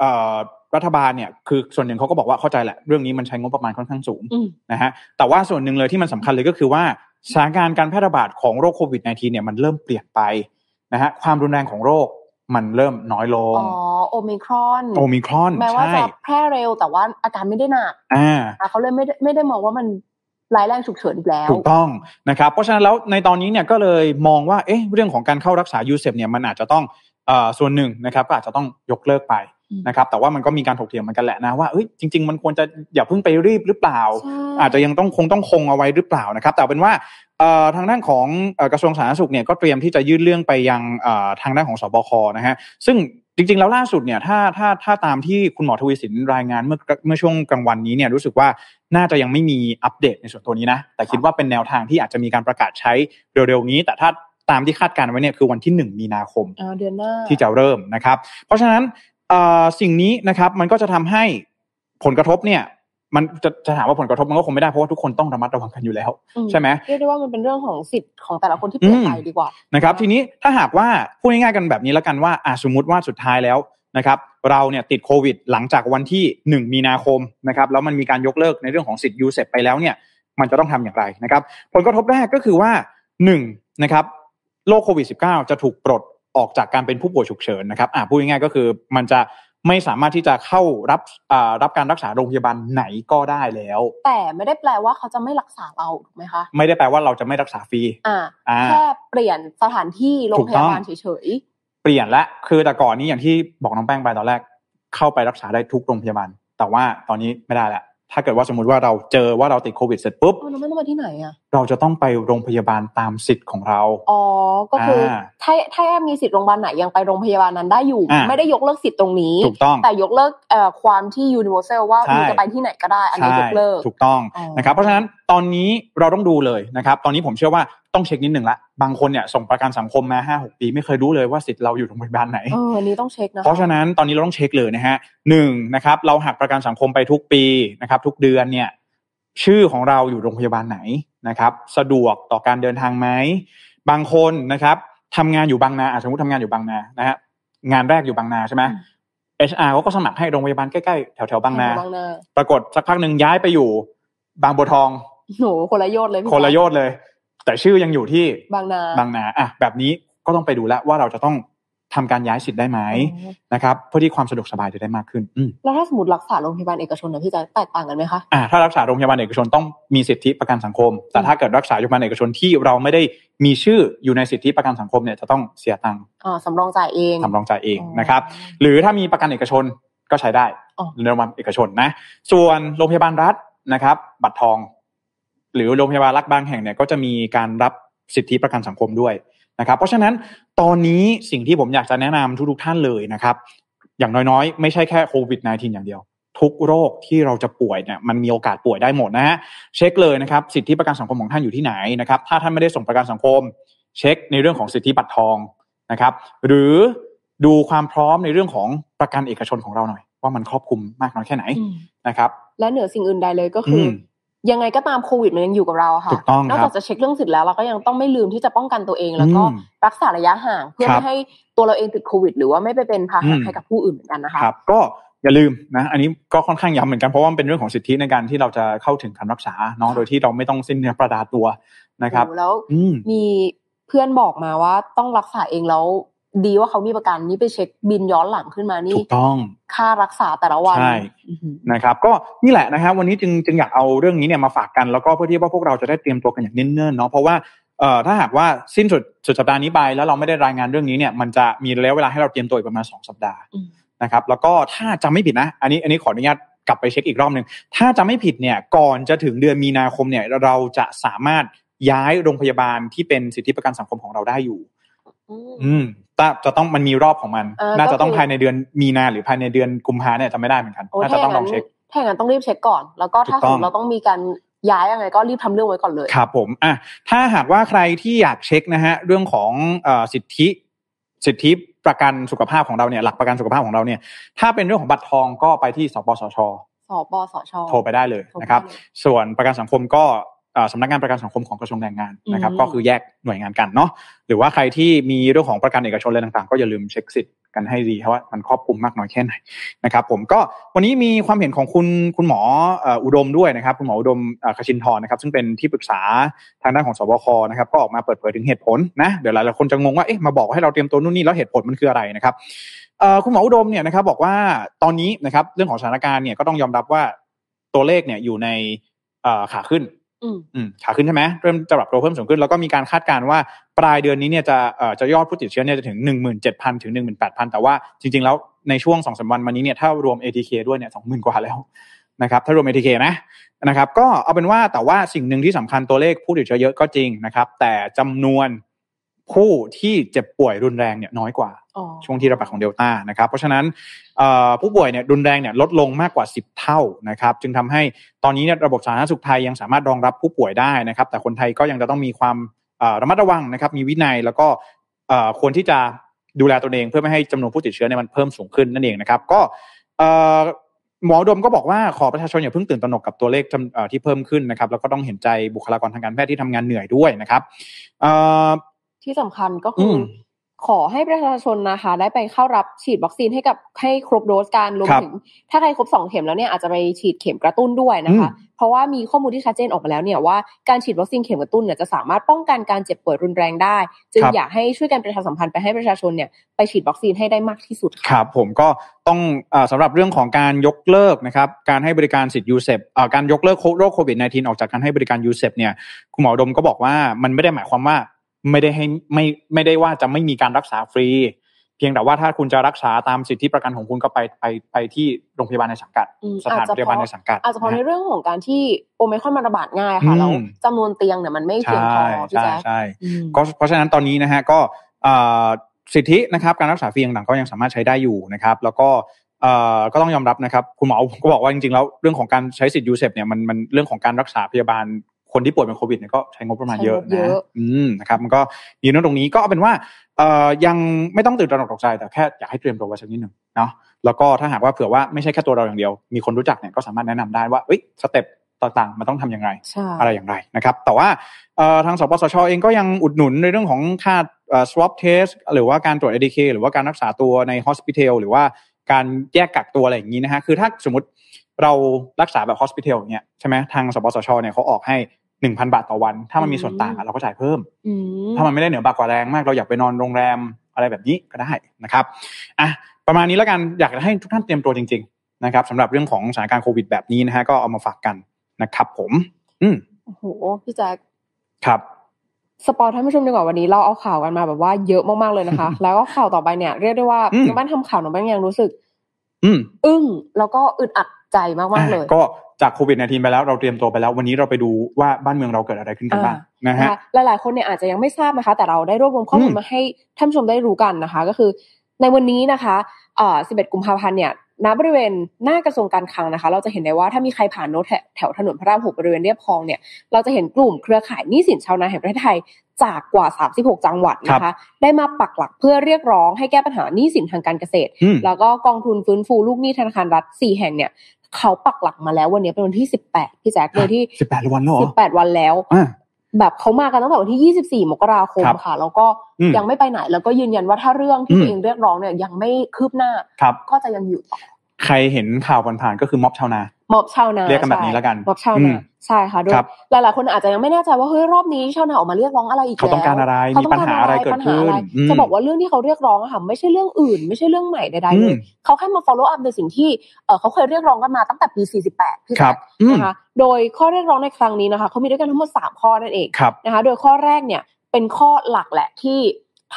เอ่อรัฐบาลเนี่ยคือส่วนหนึ่งเขาก็บอกว่าเข้าใจแหละเรื่องนี้มันใช้งบประมาณค่อนข้างสูง อืม นะฮะแต่ว่าส่วนหนึ่งเลยที่มันสำคัญเลยก็คือว่าสถานการณ์การแพร่ระบาดของโรคโควิด -19 เนี่ยมันเริ่มเปลี่ยนไปนะฮะความรุนแรงของโรคมันเริ่มน้อยลง อ๋อ โอมิครอน โอมิครอน แม้ว่า ใช่ จะแพร่เร็วแต่ว่าอาการไม่ได้หนัก อ่า อ่ะเขาเลยไม่ได้ไม่ได้มองว่ามันร้ายแรงฉุกเฉินอีกแล้ว ถูกต้องนะครับเพราะฉะนั้นแล้วในตอนนี้เนี่ยก็เลยมองว่าเอ๊ะเรื่องของการเข้ารักษายูเซปเนี่ยมันอาจจะต้องเอ่อส่วนหนึ่งนะครับก็อาจจะต้องยกเลิกไป อืม นะครับแต่ว่ามันก็มีการถกเถียงเหมือนกันแหละนะว่าเอ้ยจริง ๆ มันควรจะอย่าเพิ่งไปรีบหรือเปล่า ใช่ อาจจะยังต้องคงต้องคงเอาไว้หรือเปล่านะครับ แต่เอาเป็นว่าเอ่อทางด้านของเอ่อกระทรวงสาธารณสุขเนี่ยก็เตรียมที่จะยื่นเรื่องไปยังเอ่อทางด้านของสบคนะฮะซึ่งจริงๆ แล้วล่าสุดเนี่ยถ้าถ้าถ้าตามที่คุณหมอทวีสินรายงานเมื่อเมื่อช่วงกลางวันนี้เนี่ยรู้สึกว่าน่าจะยังไม่มีอัปเดตในส่วนตัวนี้นะแต่คิดว่าเป็นแนวทางที่อาจจะมีการประกาศใช้เร็วๆนี้ แต่ถ้าตามที่คาดการณ์ไว้เนี่ยคือวันที่ 1 มีนาคม อ่าเดือนหน้า ที่จะเริ่มนะครับ เพราะฉะนั้นเอ่อสิ่งนี้นะครับมันก็จะทำให้ผลกระทบเนี่ย มันจะจะถามว่าผลกระทบมันก็คงไม่ได้เพราะว่าทุกคนต้องระมัดระวังกันอยู่แล้ว อืม ใช่ไหม เรียกได้ว่ามันเป็นเรื่องของสิทธิ์ของแต่ละคนที่เปลี่ยนไป อืม ดีกว่า นะครับ ทีนี้ถ้าหากว่าพูดง่ายๆกันแบบนี้แล้วกันว่าอ่ะสมมติว่าสุดท้ายแล้วนะครับ เราเนี่ยติดโควิด หลังจากวันที่ 1 มีนาคมนะครับแล้วมันมีการยกเลิกในเรื่องของสิทธิ์ยูเซปไปแล้วเนี่ย มันจะต้องทำอย่างไรนะครับ ผลกระทบแรกก็คือว่า1นะครับโรคโควิด -19 จะถูกปลดออกจากการเป็นผู้ป่วยฉุกเฉินนะครับอ่าพูดง่ายๆก็คือมันจะไม่สามารถที่จะเข้ารับอ่ารับการรักษาโรงพยาบาลไหนก็ได้แล้ว แต่ไม่ได้แปลว่าเขาจะไม่รักษาเราถูกไหมคะ ไม่ได้แปลว่าเราจะไม่รักษาฟรี อ่า อ่า แค่เปลี่ยนสถานที่โรงพถูยาบาลกต้อง เฉย เปลี่ยนละคือแต่ก่อนนี้อย่างที่บอกน้องแป้งไปตอนแรก เข้าไปรักษาได้ทุกโรงพยาบาล แต่ว่าตอนนี้ไม่ได้ละถ้าเกิดว่าสมมติว่าเราเจอว่าเราติดโควิดเสร็จปุ๊บ ๆ มันไม่ต้องมาที่ไหนอ่ะ เราจะต้องไปโรงพยาบาลตามสิทธิ์ของเรา อ๋อ ก็คืออา ถ้าถ้ามีสิทธิ์โรงพยาบาลไหนยังไปโรงพยาบาลนั้นได้อยู่ อ่า ไม่ได้ยกเลิกสิทธิ์ตรงนี้ ถูกต้อง แต่ยกเลิกเอ่อความที่ universal ว่า ใช่ คุณจะไปที่ไหนก็ได้ อันนี้ยกเลิก ใช่ถูกต้อง อ๋อ นะครับ เพราะฉะนั้นตอนนี้เราต้องดูเลยนะครับ ตอนนี้ผมเชื่อว่าต้องเช็คนิดหนึ่งละ บางคนเนี่ยส่งประกันสังคมมาห้าหกปี ไม่เคยรู้เลยว่าสิทธิ์เราอยู่โรงพยาบาลไหน เอออันนี้ต้องเช็คนะ เพราะฉะนั้นตอนนี้เราต้องเช็คเลยนะฮะหนึ่งนะครับ เราหักประกันสังคมไปทุกปีนะครับ ทุกเดือนเนี่ย ชื่อของเราอยู่โรงพยาบาลไหนนะครับ สะดวกต่อการเดินทางไหมบางคนนะครับทำงานอยู่บางนาอ่ะสมมติทำงานอยู่บางนานะฮะงานแรกอยู่บางนาใช่ไหม HR เขาก็สมัครให้โรงพยาบาลใกล้ๆแถวๆบางนา บางนา ปรากฏสักพักหนึ่งย้ายไปอยู่บางบัวทอง โหคนละโยชน์เลยพี่ คนละโยชน์เลย แต่ชื่อยังอยู่ที่ บางนา บางนาอ่ะแบบนี้ก็ต้องไปดูแล้วว่าเราจะต้องทำการย้ายสิทธิ์ได้ไหม ไหน นะครับเพื่อที่ความสะดวกสบายจะได้มากขึ้นอืม แล้วถ้าสมมติรักษาโรงพยาบาลเอกชนนะพี่จะแตกต่างกันไหมคะ อ่าถ้ารักษาโรงพยาบาลเอกชนต้องมีสิทธิประกันสังคม แต่ อืม ถ้าเกิดรักษาโรงพยาบาลเอกชนที่เราไม่ได้มีชื่ออยู่ในสิทธิประกันสังคมเนี่ยจะต้องเสียตังค์ อ่าสำรองจ่ายเอง สำรองจ่ายเองนะครับ หรือถ้ามีประกันเอกชนก็ใช้ได้ อ๋อ ในโรงพยาบาลเอกชนนะ ส่วนโรงพยาบาลรัฐนะครับ บัตรทอง หรือโรงพยาบาลรัฐบางแห่งเนี่ยก็จะมีการรับสิทธิประกันสังคมด้วยนะครับ เพราะฉะนั้นตอนนี้สิ่งที่ผมอยากจะแนะนำทุกๆท่านเลยนะครับ อย่างน้อยๆ ไม่ใช่แค่โควิด -19 อย่างเดียว ทุกโรคที่เราจะป่วยเนี่ยมันมีโอกาสป่วยได้หมดนะฮะเช็คเลยนะครับ สิทธิประกันสังคมของท่านอยู่ที่ไหนนะครับถ้าท่านไม่ได้ส่งประกันสังคม เช็คในเรื่องของสิทธิบัตรทองนะครับ หรือดูความพร้อมในเรื่องของประกันเอกชนของเราหน่อย ว่ามันครอบคลุมมากน้อยแค่ไหนนะครับ และเหนือสิ่งอื่นใดเลยก็คืออ ม ยังไงก็ตามโควิดมันยังอยู่กับเราอะค่ะ ถูกต้อง นอก ครั จาก บ จะเช็คเรื่องสิทธิ์แล้วเราก็ยังต้องไม่ลืมที่จะป้องกันตัวเองแล้วก็ อืม รักษาระยะห่างเพื่อ ครั ไม่ บ ให้ตัวเราเองติดโควิด หรือว่าไม่ไปเป็นพาหะ อืม ให้กับผู้อื่นเหมือนกันนะคะ ครับก็อย่าลืมนะอันนี้ก็ค่อนข้างย้ำเหมือนกันเพราะว่ามันเป็นเรื่องของสิทธิในการที่เราจะเข้าถึงการรักษาเนาะโดยที่เราไม่ต้องสิ้นเนื้อประดาตัวนะครับ โอ้แล้ว อืม มีเพื่อนบอกมาว่าต้องรักษาเองแล้วดีว่าเขามีประกันนี่ไปเช็คบินย้อนหลังขึ้นมานี่ ถูกต้อง ค่ารักษาแต่ละวัน ใช่ อื้อหือ นะครับก็นี่แหละนะฮะวันนี้จึงจึงอยากเอาเรื่องนี้เนี่ยมาฝากกันแล้วก็เพื่อที่ว่าพวกเราจะได้เตรียมตัวกันอย่างเนิ่นๆเนาะเพราะว่าเอ่อถ้าหากว่าสิ้นสุดสุดสัปดาห์นี้ไปแล้วเราไม่ได้รายงานเรื่องนี้เนี่ยมันจะมีระยะเวลาให้เราเตรียมตัวอีกประมาณสองสัปดาห์ อืม นะครับแล้วก็ถ้าจำไม่ผิดนะ อันนี้อันนี้ขออนุญาตกลับไปเช็คอีกรอบหนึ่งถ้าจำไม่ผิดเนี่ยก่อนจะถึงเดือนมีนาคมเนี่ยเราจะสามารถย้ายโรงพยาบาลที่เป็นสิทธิประกันสังคมของเราได้อยู่ อืม อืมแต่จะต้องมันมีรอบของมัน เออ น่าจะต้อง ก็คือ ภายในเดือนมีนาหรือภายในเดือนกุมภาเนี่ยจำไม่ได้เหมือนกัน โอ้ น่า ถ้า จะ อ ต้อย่าง ง ลอ นั้ ง น เช็ค ถ้าอย่างนั้นต้องรีบเช็คก่อน แล้วก็ถ้า ถูกต้ สองมมติเราต้องมีการย้ายยังไงก็รีบทำเรื่องไว้ก่อนเลย ครับผมอ่ะถ้าหากว่าใครที่อยากเช็คนะฮะเรื่องของเออสิทธิ สิทธิประกันสุขภาพของเราเนี่ยหลักประกันสุขภาพของเราเนี่ยถ้าเป็นเรื่องของบัตรทองก็ไปที่สปสช สปสช โทรไปได้เลยนะครับ โทไปได้เลย ส่วนประกันสังคมก็เอ่อสำนักงานประกันสังคมของกระทรวงแรงงานนะครับ อืม ก็คือแยกหน่วยงานกันเนาะหรือว่าใครที่มีเรื่องของประกันเอกชนอะไรต่างๆ ก็อย่าลืมเช็คสิทธิ์กันให้ดีว่ามันครอบคลุมมากน้อยแค่ไหนนะครับ ผมก็วันนี้มีความเห็นของคุณคุณหมอเอ่ออุดมด้วยนะครับ คุณหมออุดมเอ่อคชินทรนะครับ ซึ่งเป็นที่ปรึกษาทางด้านของสบคนะครับ ก็ออกมาเปิดเผยถึงเหตุผลนะเดี๋ยวหลายๆคนจะงงว่าเอ๊ะมาบอกว่าให้เราเตรียมตัวนู่นนี่แล้วเหตุผลมันคืออะไรนะครับ เอ่อคุณหมออุดมเนี่ยนะครับบอกว่าตอนนี้นะครับเรื่องของสถานการณ์เนี่ยก็ต้องยอมรับว่าตัวเลขเนี่ยอยู่ในเอ่อขาขึ้น อืม อืมขาขึ้นใช่ไหมเริ่มจะปรับตัวเพิ่มสูงขึ้น แล้วก็มีการคาดการณ์ว่าปลายเดือนนี้เนี่ยจะเอ่อจะยอดผู้ติดเชื้อเนี่ยจะถึง 1 7 0 0 0 ถึง 18,000 แต่ว่าจริง ๆ แล้วในช่วง2อสวันมานี้เนี่ยถ้ารวม ATK ด้วยเนี่ย20,000 กว่าแล้วนะครับถ้ารวม ATK นะนะครับก็เอาเป็นว่าแต่ว่าสิ่งหนึ่งที่สำคัญตัวเลขผู้ติดเชื้อเยอะก็จริงนะครับแต่จำนวนผู้ที่เจ็บป่วยรุนแรงเนี่ยน้อยกว่า อ๋อ ช่วงที่ระบาดของเดลต้านะครับ เพราะฉะนั้นเอ่อผู้ป่วยเนี่ยรุนแรงเนี่ยลดลงมากกว่า 10 เท่านะครับ จึงทำให้ตอนนี้เนี่ยระบบสาธารณสุขไทยยังสามารถรองรับผู้ป่วยได้นะครับ แต่คนไทยก็ยังจะต้องมีความเอ่อระมัดระวังนะครับ มีวินัยแล้วก็เอ่อควรที่จะดูแลตนเองเพื่อไม่ให้จำนวนผู้ติดเชื้อเนี่ยมันเพิ่มสูงขึ้นนั่นเองนะครับ ก็เอ่อหมออุดมก็บอกว่าขอประชาชนอย่าเพิ่งตื่นตระหนกกับตัวเลขจำเอ่อที่เพิ่มขึ้นนะครับ แล้วก็ต้องเห็นใจบุคลากรทางการแพทย์ที่ทำงานเหนื่อยด้วยนะครับเอ่อ ที่สำคัญก็คืออ ม ขอให้ประชาชนนะคะ ได้ไปเข้ารับฉีดวัคซีนให้กับให้ครบโดสการรวม ครับ ถึง ถ้าใครครบสองเข็มแล้วเนี่ยอาจจะไปฉีดเข็มกระตุ้นด้วยนะคะ เพราะว่ามีข้อมูลที่ชัดเจนออกมาแล้วเนี่ยว่าการฉีดวัคซีนเข็มกระตุ้นเนี่ยจะสามารถป้องกันการเจ็บป่วยรุนแรงได้ จึง ครับ อยากให้ช่วยกันประชาสัมพันธ์ไปให้ประชาชนเนี่ยไปฉีดวัคซีนให้ได้มากที่สุด ครับผมก็ต้องเออสำหรับเรื่องของการยกเลิกนะครับการให้บริการสิทธิ์ยูเซปเอ่อการยกเลิกโรคโควิด -19 ออกจากการให้บริการยูเซปเนี่ยคุณหมออุดมก็บอกว่ามันไม่ได้หมายความว่าไม่ได้ให้ไม่ไม่ได้ว่าจะไม่มีการรักษาฟรี เพียงแต่ว่าถ้าคุณจะรักษาตามสิทธิประกันของคุณก็ไปไปไปที่โรงพยาบาลในสังกัด อืม สถาน อาจจะ พ เพ ยาบาลใน ราะ สังกัด อาจจะเพราะใน นะ เรื่องของการที่โอไมครอนมันระบาดง่ายค่ะ อืม แล้วจำนวนเตียงเนี่ยมันไม่เพียงพอ ใช่ พี่ ใช่ แจ๊ค ใช่ อืม ก็เพราะฉะนั้นตอนนี้นะฮะก็เอ่อสิทธินะครับการรักษาฟรีต่างๆก็ยังสามารถใช้ได้อยู่นะครับ แล้วก็เอ่อก็ต้องยอมรับนะครับ คุณหมอก็บอกว่าจริงๆแล้วเรื่องของการใช้สิทธิ์ยูเซปเนี่ยมันมันเรื่องของการรักษาพยาบาลคนที่ป่วยเป็นโควิดเนี่ยก็ใช้งบประมาณเยอะ ใช้นะงบเยอะ อืมนะครับมันก็มีเรื่องตรงนี้ก็เอาเป็นว่าเอ่อยังไม่ต้องตื่นตระหนกตกใจแต่แค่อยากให้เตรียมตัวไว้สักนิดหนึ่งเนาะแล้วก็ถ้าหากว่าเผื่อว่าไม่ใช่แค่ตัวเราอย่างเดียว มีคนรู้จักเนี่ยก็สามารถแนะนำได้ว่าเอ้ยสเต็ปต่างๆมันต้องทำยังไง ใช่ อะไรอย่างไรนะครับ แต่ว่าเอ่อทางสปสชเองก็ยังอุดหนุนในเรื่องของค่าเอ่อ swab test หรือว่าการตรวจ ADK หรือว่าการรักษาตัวใน hospital หรือว่าการแยกกักตัวอะไรอย่างนี้นะฮะ คือถ้าสมมติเรารักษาแบบ hospital อย่างเงี้ยใช่ไหมทางสปสชเนี่ยเขาออกให้ 1,000 บาทต่อวัน ถ้ามันมีส่วนต่างอะเราก็จ่ายเพิ่ม อืม ถ้ามันไม่ได้เหนือบากกว่าแรงมากเราอยากไปนอนโรงแรมอะไรแบบนี้ก็ได้นะครับอ่ะประมาณนี้แล้วกันอยากจะให้ทุกท่านเตรียมตัวจริง ๆ นะครับสำหรับเรื่องของสถานการณ์โควิดแบบนี้นะฮะก็เอามาฝากกันนะครับ ผม อืม โอ้โหพี่แจ๊ค ครับ สปอยท่านผู้ชมดีกว่าวันนี้เราเอาข่าวกันมาแบบว่าเยอะมากๆเลย นะคะ แล้วก็ข่าวต่อไปเนี่ยเรียกได้ว่า อืม น้องบ้านทำข่าวน้องบ้านยังรู้สึก อืม อึ้งแล้วก็อึดอัดใจมากๆเลย อ่ะก็จากโควิด -19 ไปแล้วเราเตรียมตัวไปแล้ว วันนี้เราไปดูว่าบ้านเมืองเราเกิดอะไรขึ้นกันบ้างนะ นะ ฮะ คะหลายๆ คนเนี่ยอาจจะยังไม่ทราบนะคะ แต่เราได้รวบรวมข้อมู อื ล ม มาให้ท่านผู้ชมได้รู้กันนะคะ ก็คือ ในวันนี้นะคะเอ่อ11 กุมภาพันธ์เนี่ยณบริเวณหน้ากระทรวงการคลังนะคะ เราจะเห็นได้ว่าถ้ามีใครผ่านโน้ตแถแถวถนนพระรามหกบริเวณเรียบคลองเนี่ย เราจะเห็นกลุ่มเครือข่ายหนี้สินชาวนาแห่งประเทศไทยจากกว่า 36 จังหวัดนะคะ ได้มาปักหลักเพื่อเรียกร้องให้แก้ปัญหาหนี้สินทางการเกษตร อืม แล้วก็กองทุนฟื้นฟูลูกหนี้ธนาคารรัฐ 4 แห่งเนี่ย เขาปักหลักมาแล้ววันนี้เป็นวันที่ 18 พี่แจ๊คโดยที่ สิบแปดวันแล้วเหรอ 18 วันแล้ว อ่า แบบเขามากันตั้งแต่วันที่ 24 มกราคม ครับ ค่ะ แล้วก็ อืม ยังไม่ไปไหน แล้วก็ยืนยันว่าถ้าเรื่องที่ อืม ตัวเองเรียกร้องเนี่ยยังไม่คืบหน้า ครับ ก็จะยังอยู่ต่อ ใครเห็นข่าวผ่านๆก็คือม็อบชาวนา มอบชาวนา เรียกกันแบบนี้แล้วกัน มอบชาว อื นาม ใช่ค่ะโดย ครับ หลายๆคนอาจจะยังไม่แน่ใจว่าเฮ้ยรอบนี้ชาวนาออกมาเรียกร้องอะไรอีก เขาต้องการอะไร แล้ว มีปัญหาอะไรเกิด ปัญหา ขึ้น อะไร อืม จะบอกว่าเรื่องที่เขาเรียกร้องอะค่ะไม่ใช่เรื่องอื่น ไม่ใช่เรื่องใหม่ใด อื ๆเล ม ยเขาแค่มา follow up ในสิ่งที่เอ่อเขาเคยเรียกร้องกันมาตั้งแต่ปี 48พี่ ค แจ๊ รับ ค อืม นะคะโดยข้อเรียกร้องในครั้งนี้นะคะเขามีด้วยกันทั้งหมดสามข้อนั่นเอง ครับ นะคะโดยข้อแรกเนี่ยเป็นข้อหลักแหละที่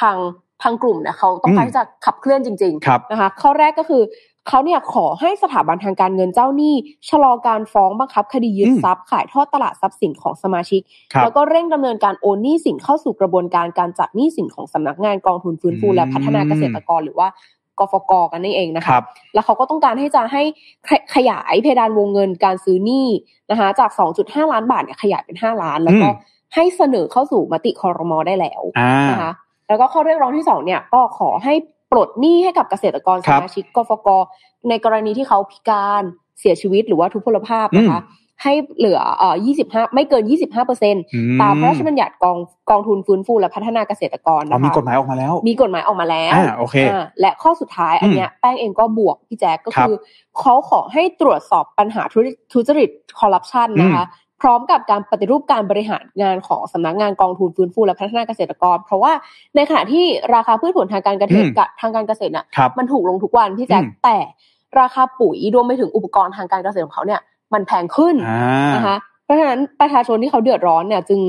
ทางทางกลุ่มเนี่ยเขาต้องการ อืม ที่จะขับเคลื่อนจริง ครับ ๆนะคะข้อแรกก็คือเขาเนี่ยขอให้สถาบันทางการเงินเจ้าหนี้ชะลอการฟ้องบังคับคดียึด อืม ทรัพย์ขายทอดตลาดทรัพย์สินของสมาชิก ครับ แล้วก็เร่งดำเนินการโอนหนี้สินเข้าสู่กระบวนการการจัดหนี้สินของสำนักงานกองทุนฟื้นฟูและพัฒนาเกษตรกรหรือว่ากฟกกันนั่นเองนะ ค คะ รับ แล้วเขาก็ต้องการให้จะให้ขยขยายเพดานวงเงินการซื้อหนี้นะคะจาก 2.5 ล้านบาทเนี่ยขยายเป็น 5 ล้าน แล้วก็ อืม ให้เสนอเข้าสู่มติคอรมอได้แล้ว อ่า นะคะแล้วก็ข้อเรียกร้องที่สองเนี่ยก็ขอให้ปลดหนี้ให้กับเกษตรกร ค ส รับ มาชิกกฟกในกรณีที่เขาพิการเสียชีวิตหรือว่าทุพพลภาพนะคะให้เหลือเอ่อ25 ไม่เกิน 25เปอร์เซ็น อืม ตามพระราชบัญญัติกองกองทุนฟื้นฟูและพัฒนาเกษตรกร อ๋อ นะคะ มีกฎหมายออกมาแล้ว มีกฎหมายออกมาแล้ว อ่า โอเค อ่าและข้อสุดท้ายอันเนี้ยแป้งเองก็บวกพี่แจ๊กก็ ครับ คือเขาขอให้ตรวจสอบปัญหาทุจริตทุจริตคอร์รัปชันนะคะ พร้อมกับการปฏิรูปการบริหารงานของสำนักงานกองทุนฟื้นฟูและพัฒนาเกษตรกร เพราะว่าในขณะที่ราคาพืชผลทางการเกษตร อืม กะทางการเกษตรน่ะ ครับ มันถูกลงทุกวันพี่แจ๊ก อืม แต่ราคาปุ๋ยรวมไปถึงอุปกรณ์ทางการเกษตรของเขาเนี่ยมันแพงขึ้น อ่า นะคะเพราะฉะนั้นประชาชนที่เขาเดือดร้อนเนี่ยจึง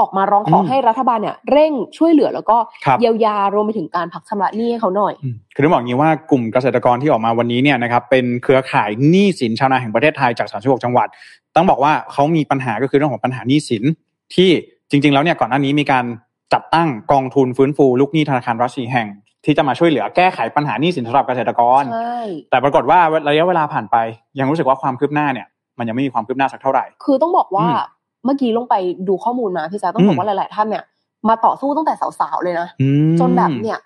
ออกมาร้องขออ ม ให้รัฐบาลเนี่ยเร่งช่วยเหลือแล้วก็ ครับ เยียวยารวมไปถึงการพักชำระหนี้ให้เขาหน่อย อืมคือต้องบอกอย่างนี้ว่ากลุ่มเกษตรกรที่ออกมาวันนี้เนี่ยนะครับเป็นเครือข่ายหนี้สินชาวนาแห่งประเทศไทยจาก 36 จังหวัด ต้องบอกว่าเขามีปัญหาก็คือเรื่องของปัญหาหนี้สินที่จริง ๆ แล้วเนี่ยก่อนหน้านี้มีการจัดตั้งกองทุนฟื้นฟูลูกหนี้ธนาคารรัฐสีแห่ง ที่จะมาช่วยเหลือแก้ไขปัญหาหนี้สินสำหรับเกษตรกร ใช่ แต่ปรากฏว่าระยะเวลาผ่านไป ยังรู้สึกว่าความคืบหน้าเนี่ย มันยังไม่มีความคืบหน้าสักเท่าไหร่ คือต้องบอกว่า อืม เมื่อกี้ลงไปดูข้อมูลมาพี่แจ๊คต้องบอ อื ก ม ว่าหลาย ๆ ท่านเนี่ย มาต่อสู้ตั้งแต่สาว ๆ เลยนะ อืม จนแบบเนี่ย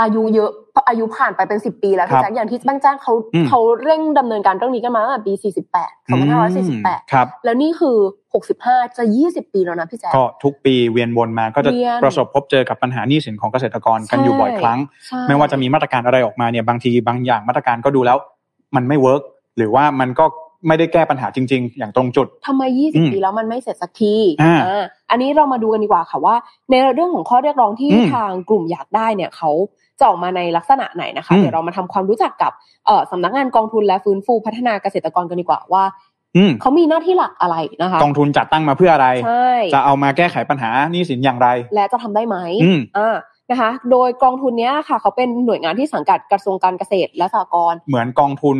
อายุเยอะอายุผ่านไปเป็นสิบปีแล้ว ครั พี่ บ แจ๊คอย่างที่แป้งแจ้งเขา อืม เขาเร่งดำเนินการเรื่องนี้กันมาตั้งแต่ปี 48 2548 ครับ แล้วนี่คือ 65 จะ 20 ปีแล้วนะพี่แจ๊ค ก็ทุกปีเวียนวนมาก็จะ เวียน ประสบพบเจอกับปัญหาหนี้สินของเกษตรกรกันอยู่บ่อยครั้ง ใช่ ไม่ว่าจะมีมาตรการอะไรออกมาเนี่ยบางทีบางอย่างมาตรการก็ดูแล้ว มันไม่เวิร์กหรือว่ามันก็ไม่ได้แก้ปัญหาจริง ๆ อย่างตรงจุด ทำไม อืม 20 ปีแล้วมันไม่เสร็จสักที อ่า อ่าอันนี้เรามาดูกันดีกว่าค่ะว่า ในเรื่องของข้อเรียกร้องที่ อืม ทางกลุ่มอยากได้เนี่ยเขาจะออกมาในลักษณะไหนนะคะ อืม เดี๋ยวเรามาทำความรู้จักกับเอ่อสำนักงานกองทุนและฟื้นฟูพัฒนาเกษตรกรกันดีกว่าว่า อืม เขามีหน้าที่หลักอะไรนะคะ กองทุนจัดตั้งมาเพื่ออะไร ใช่ จะเอามาแก้ไขปัญหาหนี้สินอย่างไร และจะทำได้ไหม อืม อ่านะคะ โดยกองทุนเนี้ยค่ะ เขาเป็นหน่วยงานที่สังกัดกระทรวงการเกษตรและสหกรณ์ เหมือนกองทุน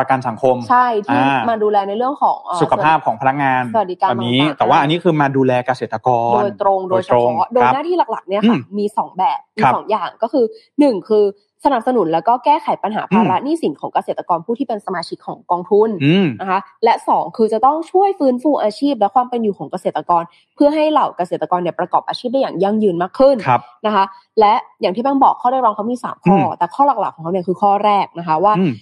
ประกันสังคม ใช่ที่ อ่าม มาดูแลในเรื่องของเอ่อ สุขภาพของพนักงาน สวัสดิการ แบบนี้ ต่างๆ แต่ว่าอันนี้คือมาดูแลเกษตรกร โดยตรงโดยเฉพาะ โด โด ยตรงคยหรับ น้าที่หลักๆเนี่ย อื ค่ะ ม มีสองแบบมี ครับ สองอย่างก็คือหนึ่งคือสนับสนุนแล้วก็แก้ไขปัญหา อืม ภาระหนี้สินของเกษตรกรผู้ที่เป็นสมาชิกของกองทุน อืม นะคะและสองคือจะต้องช่วยฟื้นฟูอาชีพและความเป็นอยู่ของเกษตรกร เพื่อให้เหล่าเกษตรกรเนี่ยประกอบอาชีพได้อย่างยั่งยืนมากขึ้น ครับ นะคะ และอย่างที่แบงบอกข้อเรียกร้องเขามีสามข้ออ ม แต่ข้อหลักๆของเขาเนี่ยคือข้อแรกนะคะว่า อืม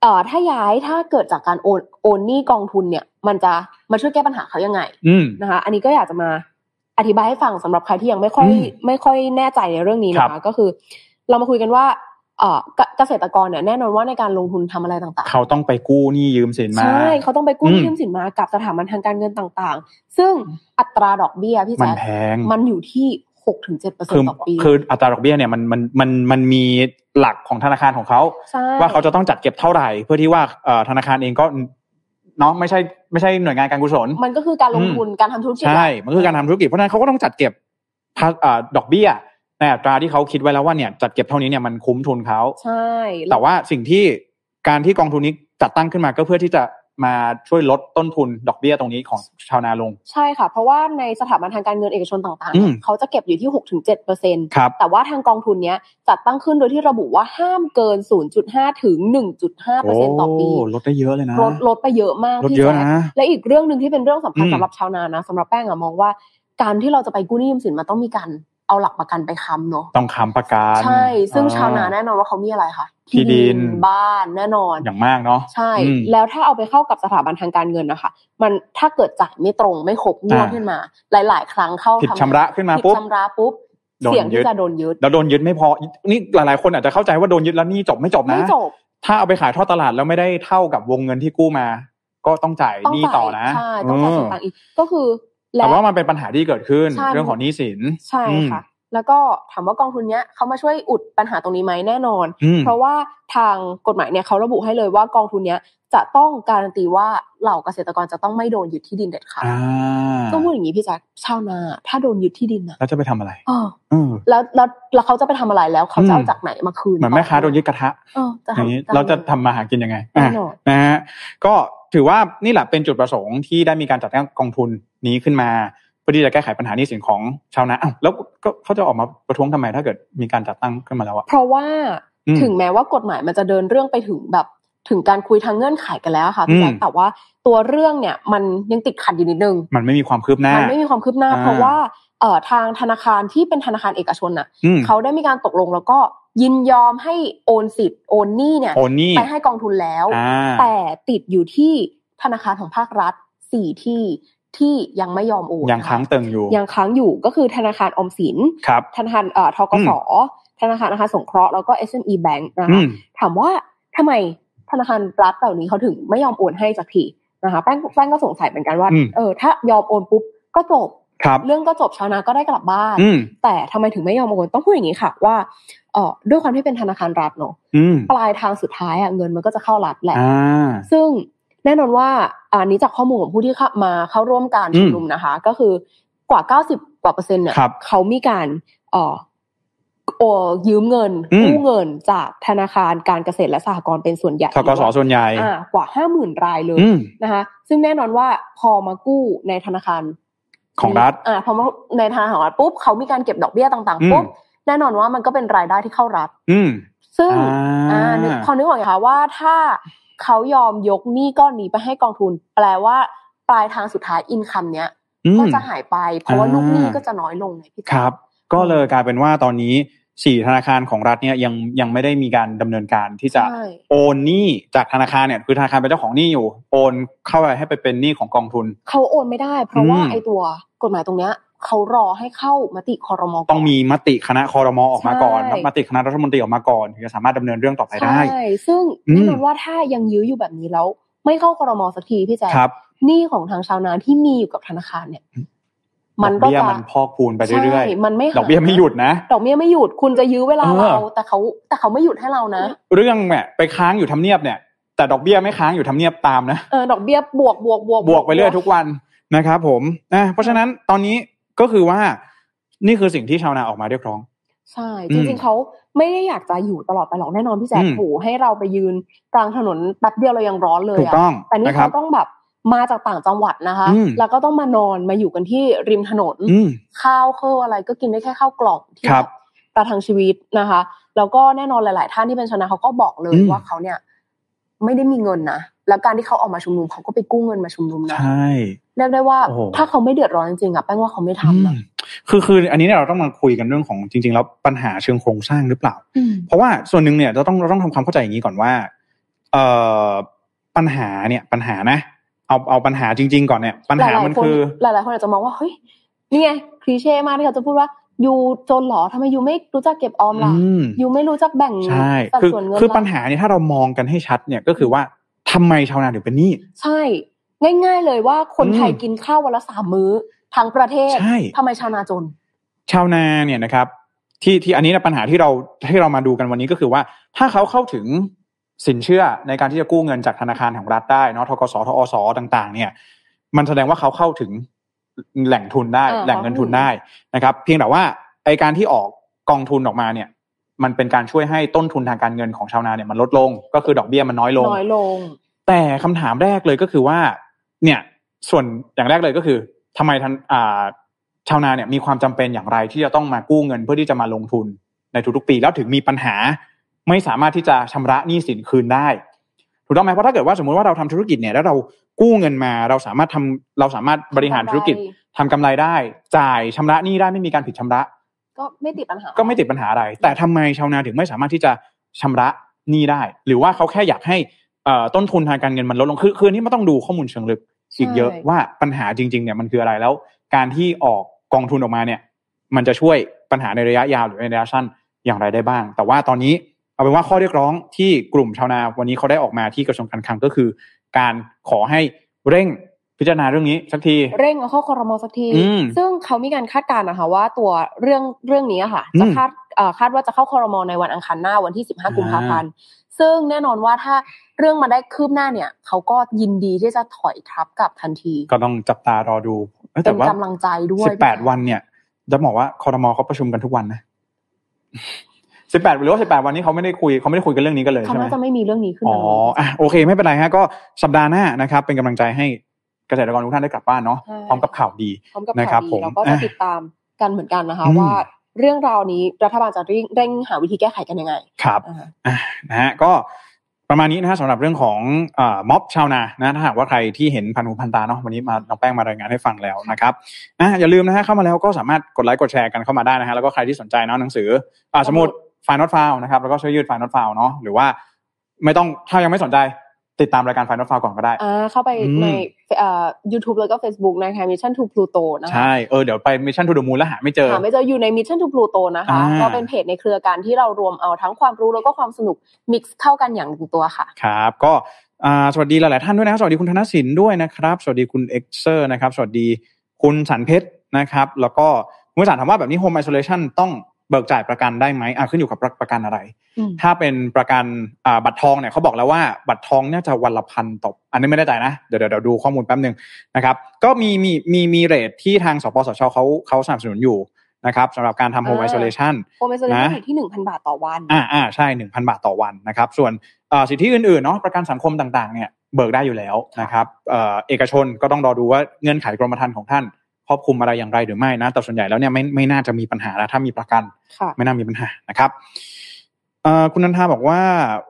เอ่อถ้าย้ายถ้าเกิดจากการโอนโอนหนี้กองทุนเนี่ย มันจะมาช่วยแก้ปัญหาเขายังไง อืม นะคะอันนี้ก็อยากจะมาอธิบายให้ฟังสำหรับใครที่ยังไม่ค่อย อืม ไม่ค่อยแน่ใจในเรื่องนี้นะ ครั คะ บ ก็คือ เรามาคุยกันว่าเอ่อเกเกษตรกรเนี่ยแน่นอนว่าในการลงทุนทำอะไรต่าง เขาต้องไปกู้หนี้ยืมสิน ๆ มา ใช่เขาต้องไปกู้หนี้ อืม ยืมสินมากับสถาบันทางการเงินต่างๆ ซึ่งอัตราดอกเบี้ยพี่ มัน แจ๊ค แพง มันอยู่ที่หกถึงเจ็ดเปอร์เซ็คืนอ ต์ต่อปี คืออัตราดอกเบี้ยเนี่ยมันมันมันมันมีหลักของธนาคารของเขา ใช่ ว่าเขาจะต้องจัดเก็บเท่าไหร่ เพื่อที่ว่าเอ่อธนาคารเองก็เนาะไม่ใช่ไม่ใช่หน่วยงานการกุศล มันก็คือการลงทุนการทำธุรกิจ ใช่ มันคือการทำธุรกิจเพราะฉะนั้นเขาก็ต้องจัดเก็บภาเอ่อดอกเบี้ยในอัตราที่เขาคิดไว้แล้วว่าเนี่ยจัดเก็บเท่านี้เนี่ยมันคุ้มทุนเขา ใช่ แต่ว่าสิ่งที่การที่กองทุนนี้จัดตั้งขึ้นมาก็เพื่อที่จะ มาช่วยลดต้นทุนดอกเบี้ยตรงนี้ของชาวนาลง ใช่ค่ะ เพราะว่าในสถาบันทางการเงินเอกชนต่างๆ อื เนี่ย ม เขาจะเก็บอยู่ที่ 6-7เปอร์เซ็นต ครับ แต่ว่าทางกองทุนเนี้ยจัดตั้งขึ้นโดยที่ระบุว่าห้ามเกิน 0.5 ถึง 1.5เปอร์เซ็นต์ต่อปี โลดได้เยอะเลยนะ ลดลดไปเยอะมาก ลด พี่ เยอะ แจ๊ค นะ และอีกเรื่องหนึ่งที่เป็นเรื่องสำคัญ อืม สำหรับชาวนานะสำหรับแป้งอะมองว่าการที่เราจะไปกู้หนี้ยืมสินมันต้องมีการเอาหลักประกันไปค้ำเนาะ ต้องค้ำประกัน ใช่ ซึ่งชาวนาแน่นอนว่าเขามีอะไรคะ ที่ดิน บ้านแน่นอน อย่างมากเนาะ ใช่ อืม แล้วถ้าเอาไปเข้ากับสถาบันทางการเงินนะคะ มันถ้าเกิดจ่ายไม่ตรงไม่ครบงวด อ่า ขึ้นมา หลาย ๆ ครั้งเข้า ผิดชำระขึ้นมาปุ๊บ ผิดชำระปุ๊บ โดน เสี่ยง ยึ ที่ ด จะโดนยึด แล้วโดนยึดไม่พอ นี่หลายๆคนอาจจะเข้าใจว่าโดนยึดแล้วหนี่จบไม่จบนะ ไม่จบ ถ้าเอาไปขายทอดตลาดแล้วไม่ได้เท่ากับวงเงินที่กู้มา ก็ต้องจ่ายหนี้ต่อนะ ใช่ต้องจ่ายส่วนต่างอีกก็คือ เออ ล้ แต่ว่ามันเป็นปัญหาที่เกิดขึ้น ใช่ เรื่องของหนี้สิน ใช่ค่ะ แล้วก็ถามว่ากองทุนเนี้ยเขามาช่วยอุดปัญหาตรงนี้ไหมแน่นอน อืม เพราะว่าทางกฎหมายเนี่ยเขาระบุให้เลยว่ากองทุนเนี้ยจะต้องการันตีว่าเหล่าเกษตรกรจะต้องไม่โดนยึดที่ดินเด็ดขาด อ่า ต้องพูดอย่างนี้พี่แจ๊คชาวนาถ้าโดนยึดที่ดินนะ แล้วจะไปทำอะไร เออ เออ แล้วแล้วแล้วเขาจะไปทำอะไรแล้วเขาจะเอา อืม จากไหนมาคืน เหมือนแม่ค้าโดนยึดกระทะ เออจะ อ ทำ ย่างนี้เราจะทำมาหากินยังไงอ่ะ แน่นอน นะฮะก็ถือว่านี่แหละเป็นจุดประสงค์ที่ได้มีการจัดตั้งกองทุนนี้ขึ้นมาเพื่อที่จะแก้ไขปัญหาหนี้สินของชาวนาอ้าวแล้วก็เขาจะออกมาประท้วงทำไมถ้าเกิดมีการจัดตั้งขึ้นมาแล้วอะ เพราะว่า อืม ถึงแม้ว่ากฎหมายมันจะเดินเรื่องไปถึงแบบถึงการคุยทางเงื่อนไขกันแล้วค่ะพี่แจ๊ค อืม แต่ว่าตัวเรื่องเนี่ยมันยังติดขัดอยู่นิดนึง มันไม่มีความคืบหน้า มัไม่มีความคืบหน้า อ่า เพราะว่าเอ่อทางธนาคารที่เป็นธนาคารเอกชนน่ะ อืม เขาได้มีการตกลงแล้วก็ยินยอมให้โอนสิทธิ์โอนหนี้เนี่ย โอนหนี้ ไปให้กองทุนแล้ว อ่า แต่ติดอยู่ที่ธนาคารของภาครัฐสี่ที่ที่ยังไม่ยอมโอน ยัง นะะ ค้างเติ่งอยู่ ยังค้างอยู่ก็คือธนาคารออมสิน ครับ ธนาคารเอ่อทกสธนาคารอาคารสงเคราะห์แล้วก็ SME Bank นะ อื คะ ม ถามว่าทำไมธนาคารรัฐเหล่านี้เขาถึงไม่ยอมโอนให้สักทีนะคะแป้งแป้งก็สงสัยเหมือนกันว่า อืม เออถ้ายอมโอนปุ๊บก็จบ ครับ เรื่องก็จบชาวนาก็ได้กลับบ้าน อืม แต่ทำไมถึงไม่ยอมโอนต้องพูดอย่างนี้ค่ะว่าเออด้วยความที่เป็นธนาคารรัฐเนอะ อืม ปลายทางสุดท้ายอะเงินมันก็จะเข้ารัฐแหละ อ่า ซึ่งแน่นอนว่าอันนี้จากข้อมูลของผู้ที่เข้ามาเข้าร่วมการชุมนุมนะคะ ก็คือกว่า 90 กว่าเปอร์เซ็นต์เนี่ย ครับ เขามีการเอ่อโอยืมเงิน อืม กู้เงินจากธนาคารการเกษตรและสหกรณ์เป็นส่วนใหญ่ ทกสส่วนใหญ่ อ่ากว่าห้าหมื่นรายเลย อืม นะคะ ซึ่งแน่นอนว่าพอมากู้ในธนาคาร ของรัฐ อ่าพอมาในธนาคารของรัฐปุ๊บเขามีการเก็บดอกเบี้ยต่าง อืม ๆปุ๊บแน่นอนว่ามันก็เป็นรายได้ที่เข้ารัฐ อืม ซึ่ง อ่า อ่านึกพอนึกออกไหมคะว่าถ้าเขายอมยกหนี้ก้อนนี้ไปให้กองทุน แปลว่าปลายทางสุดท้ายอินคัมเนี้ยก็จะหายไป เพราะว่า อ่า ลูกหนี้ก็จะน้อยลงไงพี่ ค แจ๊ รับ ก็เลยกลายเป็นว่าตอนนี้สี่ธนาคารของรัฐเนี่ยยังยังไม่ได้มีการดำเนินการที่จะ ใช่ โอนหนี้จากธนาคารเนี่ยคือธนาคารเป็นเจ้าของหนี้อยู่ โอนเข้าไปให้ไปเป็นหนี้ของกองทุน เขาโอนไม่ได้ เพราะว่า อืม ไอ้ตัวกฎหมายตรงเนี้ยเขารอให้เข้ามติคอรม ต้องมีมติคณะคอรมอออกมาก่อน ใช่ แล้วมติคณะรัฐมนตรีออกมาก่อนถึงจะสามารถดำเนินเรื่องต่อไป ใช่ ได้ ซึ่ง อืม แน่นอนว่าถ้ายังยื้ออยู่แบบนี้แล้ว ไม่เข้าคอรมสักทีพี่แจ๊ ครับ หนี้ของทางชาวนาที่มีอยู่กับธนาคารเนี่ย มัน ด ก็ อกเบี้ย จะ มันพอกพูนไปเรื่อย ใช่มันไม่ ๆ หา ดอกเบี้ยไม่หยุดนะ ดอกเบี้ยไม่หยุดคุณจะยื้อเวลา เออ เรา แต่เขาแต่เขาไม่หยุดให้เรานะ เรื่องเนี่ยไปค้างอยู่ทำเนียบเนี่ย แต่ดอกเบี้ยไม่ค้างอยู่ทำเนียบตามนะ เออดอกเบี้ยบวกบวกบวก บวกไปเรื่อยทุกวันนะครับผมนะเพราะฉะนั้นตอนนี้ก็คือว่านี่คือสิ่งที่ชาวนาออกมาเรียกร้อง ใช่ อื จ ม ริงๆเขาไม่ได้อยากจะอยู่ตลอดไปหรอกแน่นอนพี่แจ๊ค อืม โหให้เราไปยืนกลางถนนแป๊บเดียวเรายังร้อนเลย ถูก อะ ต้อง แต่นี่ นะครั เขา บ ต้องแบบมาจากต่างจังหวัดนะคะ อืม แล้วก็ต้องมานอนมาอยู่กันที่ริมถนน อืม ข้าวเข้าอะไรก็กินได้แค่ข้าวกล่องที่ ครับ แบบประทังชีวิตนะคะ แล้วก็แน่นอนหลาย ๆ ท่านที่เป็นชาวนาเขาก็บอกเลย อืม ว่าเขาเนี่ย ไม่ได้มีเงินนะแล้วการที่เขาออกมาชุมนุมเขาก็ไปกู้เงินมาชุมนุมนะ ใช่ เรียกได้ว่า โอ้โห ถ้าเขาไม่เดือดร้อนจริงๆอะแป้งว่าเขาไม่ทำนะ อืมคือคืออันนี้เนี่ยเราต้องมาคุยกันเรื่องของจริง ๆ แล้วปัญหาเชิงโครงสร้างหรือเปล่า อืม เพราะว่าส่วนหนึ่งเนี่ยเราต้องเราต้องทำความเข้าใจอย่างนี้ก่อนว่าเอ่อปัญหาเนี่ยปัญหานะ เอาเอาปัญหาจริง ๆ ก่อนเนี่ย ปัญหามันคือ หลายๆนหลาย ๆ คนอาจจะมองว่าเฮ้ยนี่ไงคลีเช่มากที่เขาจะพูดว่ายูจนเหรอทำไมยูไม่รู้จักเก็บออมล่ะ อืม ยูไม่รู้จักแบ่ง ใช่ สัด คือ ส่วนเงิน คือ ล่ะ ปัญหาเนี่ยถ้าเรามองกันให้ชัดเนี่ยก็คือว่าทำไมชาวนาถึงเป็นหนี้ ใช่ ง่าย ๆ เลยว่าคน อืม ไทยกินข้าววันละสามมื้อทั้งประเทศ ใช่ ทำไมชาวนาจน ชาวนาเนี่ยนะครับ ที่ที่อันนี้นะปัญหาที่เราที่เรามาดูกันวันนี้ก็คือว่า ถ้าเขาเข้าถึงสินเชื่อในการที่จะกู้เงินจากธนาคารของรัฐได้เนาะทกสทอสต่าง ๆ เนี่ย มันแสดงว่าเขาเข้าถึงแหล่งทุนได้ อ่า แหล่งเงินทุนได้นะครับ เพียงแต่ว่าไอการที่ออกกองทุนออกมาเนี่ย มันเป็นการช่วยให้ต้นทุนทางการเงินของชาวนาเนี่ยมันลดลง ก็คือดอกเบี้ยมันน้อยลง น้อยลง แต่คำถามแรกเลยก็คือว่า เนี่ยส่วนอย่างแรกเลยก็คือทำไมทันอ่าชาวนาเนี่ยมีความจำเป็นอย่างไรที่จะต้องมากู้เงินเพื่อที่จะมาลงทุนในทุกๆปี แล้วถึงมีปัญหา ไม่สามารถที่จะชำระหนี้สินคืนได้ ถูกต้องไหมเพราะถ้าเกิดว่าสมมุติว่าเราทำธุรกิจเนี่ยแล้วเรากู้เงินมาเราสามารถทำเราสามารถบริหารธุรกิจ ทำกำไรได้ จ่ายชำระหนี้ได้ไม่มีการผิดชำระ ก็ไม่ติดปัญหา ก็ไม่ติดปัญหาอะไร แต่ทำไมชาวนาถึงไม่สามารถที่จะชำระหนี้ได้ หรือว่าเขาแค่อยากให้เอ่อต้นทุนทางการเงินมันลดลงคือคืออนนี่มันต้องดูข้อมูลเชิงลึกอีกเยอะ ใช่ ว่าปัญหาจริงๆเนี่ยมันคืออะไรแล้ว การที่ออกกองทุนออกมาเนี่ย มันจะช่วยปัญหาในระยะยาวหรือในระยะสั้นอย่างไรได้บ้าง แต่ว่าตอนนี้เอาเป็นว่าข้อเรียกร้องที่กลุ่มชาวนาวันนี้เขาได้ออกมาที่กระทรวงการคลังก็คือ การขอให้เร่งพิจารณาเรื่องนี้สักที เร่งเอาเข้าคอรมอสักที อืม ซึ่งเขามีการคาดการณ์นะคะว่าตัวเรื่องเรื่องนี้อะค่ะ อืม จะคาดเอ่อคาดว่าจะเข้าคอรมอในวันอังคารหน้าวันที่ 15 กุมภาพันธ์ ซึ่งแน่นอนว่าถ้าเรื่องมาได้คืบหน้าเนี่ย เขาก็ยินดีที่จะถอยทับกลับทันที ก็ต้องจับตารอดูเอ้ย เป็ แต่ น ว่า กำลังใจด้วย สิบแปดวันเนี่ยจะบอกว่าคอรมอเขาประชุมกันทุกวันนะสิบแปดหรือว่าสิบแปดวันนี้เขาไม่ได้คุยเขาไม่ได้คุยกันเรื่องนี้กันเลย เขา ใช่ไหม น่าจะไม่มีเรื่องนี้ขึ้น อ๋อ มาเลย อ่ะโอเค ไม่เป็นไรฮะก็สัปดาห์หน้านะครับ เป็นกำลังใจให้เกษตรกรทุกท่านได้กลับบ้านเนาะ ใช่ พร้อมกับข่าวดี พร้อมกับ นะครั ข่า บ วดี ผม เราก็จะติดตามกันเหมือนกันนะคะ อืม ว่าเรื่องราวนี้รัฐบาลจะเร่งเร่งหาวิธีแก้ไขกันยังไง ครับ อ่า นะฮะก็ประมาณนี้นะฮะสำหรับเรื่องของเออม็อบชาวนานะถ้าหากว่าใครที่เห็นพันหูพันตาเนาะวันนี้มาน้องแป้งมารายงานให้ฟังแล้วนะครับอ่ะอย่าลืมนะฮะเข้ามาแล้วก็สามารถกดไลค์กดแชร์กันเข้ามาได้นะฮะแล้วก็ใครที่สนใจเนาะหนังสือ อ่าสมุดไฟล์นอตฟาวนะครับแล้วก็เสื้อยืดไฟล์นอตฟาวเนาะหรือว่าไม่ต้องถ้ายังไม่สนใจติดตามรายการไฟล์นอตฟาวก่อนก็ได้ อ่าเข้าไป อืม ในเอ่อ YouTube แล้วก็ Facebook นะคะ Mission to Pluto นะคะ ใช่เออเดี๋ยวไปมิชชั่นทูดมูลแล้วหาไม่เจอ หาไม่เจออยู่ใน Mission to Pluto นะคะ อ่า ก็เป็นเพจในเครือการที่เรารวมเอาทั้งความรู้แล้วก็ความสนุก มิกซ์เข้ากันอย่างลงตัวค่ะ ครับก็อ่าสวัสดีหลายๆท่านด้วยนะครับสวัสดีคุณธนสินด้วยนะครับ สวัสดีคุณเอ็กเซอร์นะครับ สวัสดีคุณสันเพชรนะครับ แล้วก็คุณสันถามว่าแบบนี้โฮมไอโซเลชันต้องเบิกจ่ายประกันได้ไหมอ่ะขึ้นอยู่กับประประกันอะไร อืม ถ้าเป็นประกันอ่าบัตรทองเนี่ยเขาบอกแล้วว่าบัตรทองเนี่ยจะวันละพันต่ออันนี้ไม่ได้ใจนะ เดี๋ยวเดี๋ยวเดี๋ยวดูข้อมูลแป๊บหนึ่งนะครับ ก็มีมีมีมีเรทที่ทางสปสชเขาเขาสนับสนุนอยู่นะครับสำหรับการทำโฮมไอโซเลชัน โอเมซเลย นะ อยู่ที่ 1,000 บาทต่อวัน อ่าอ่าใช่หนึ่งพันบาทต่อวันนะครับ ส่วนเอ่อสิทธิอื่นๆเนาะประกันสังคมต่างๆ เนี่ยเบิกได้อยู่แล้วนะครับเอ่อเอกชนก็ต้องรอดูว่าเงื่อนไขกรมธรรม์ของท่านครอบคลุมอะไรอย่างไรหรือไม่นะ แต่ส่วนใหญ่แล้วเนี่ยไม่ไม่น่าจะมีปัญหาแล้วถ้ามีประกัน ค่ะ ไม่น่ามีปัญหานะครับเอ่อคุณนันทาบอกว่า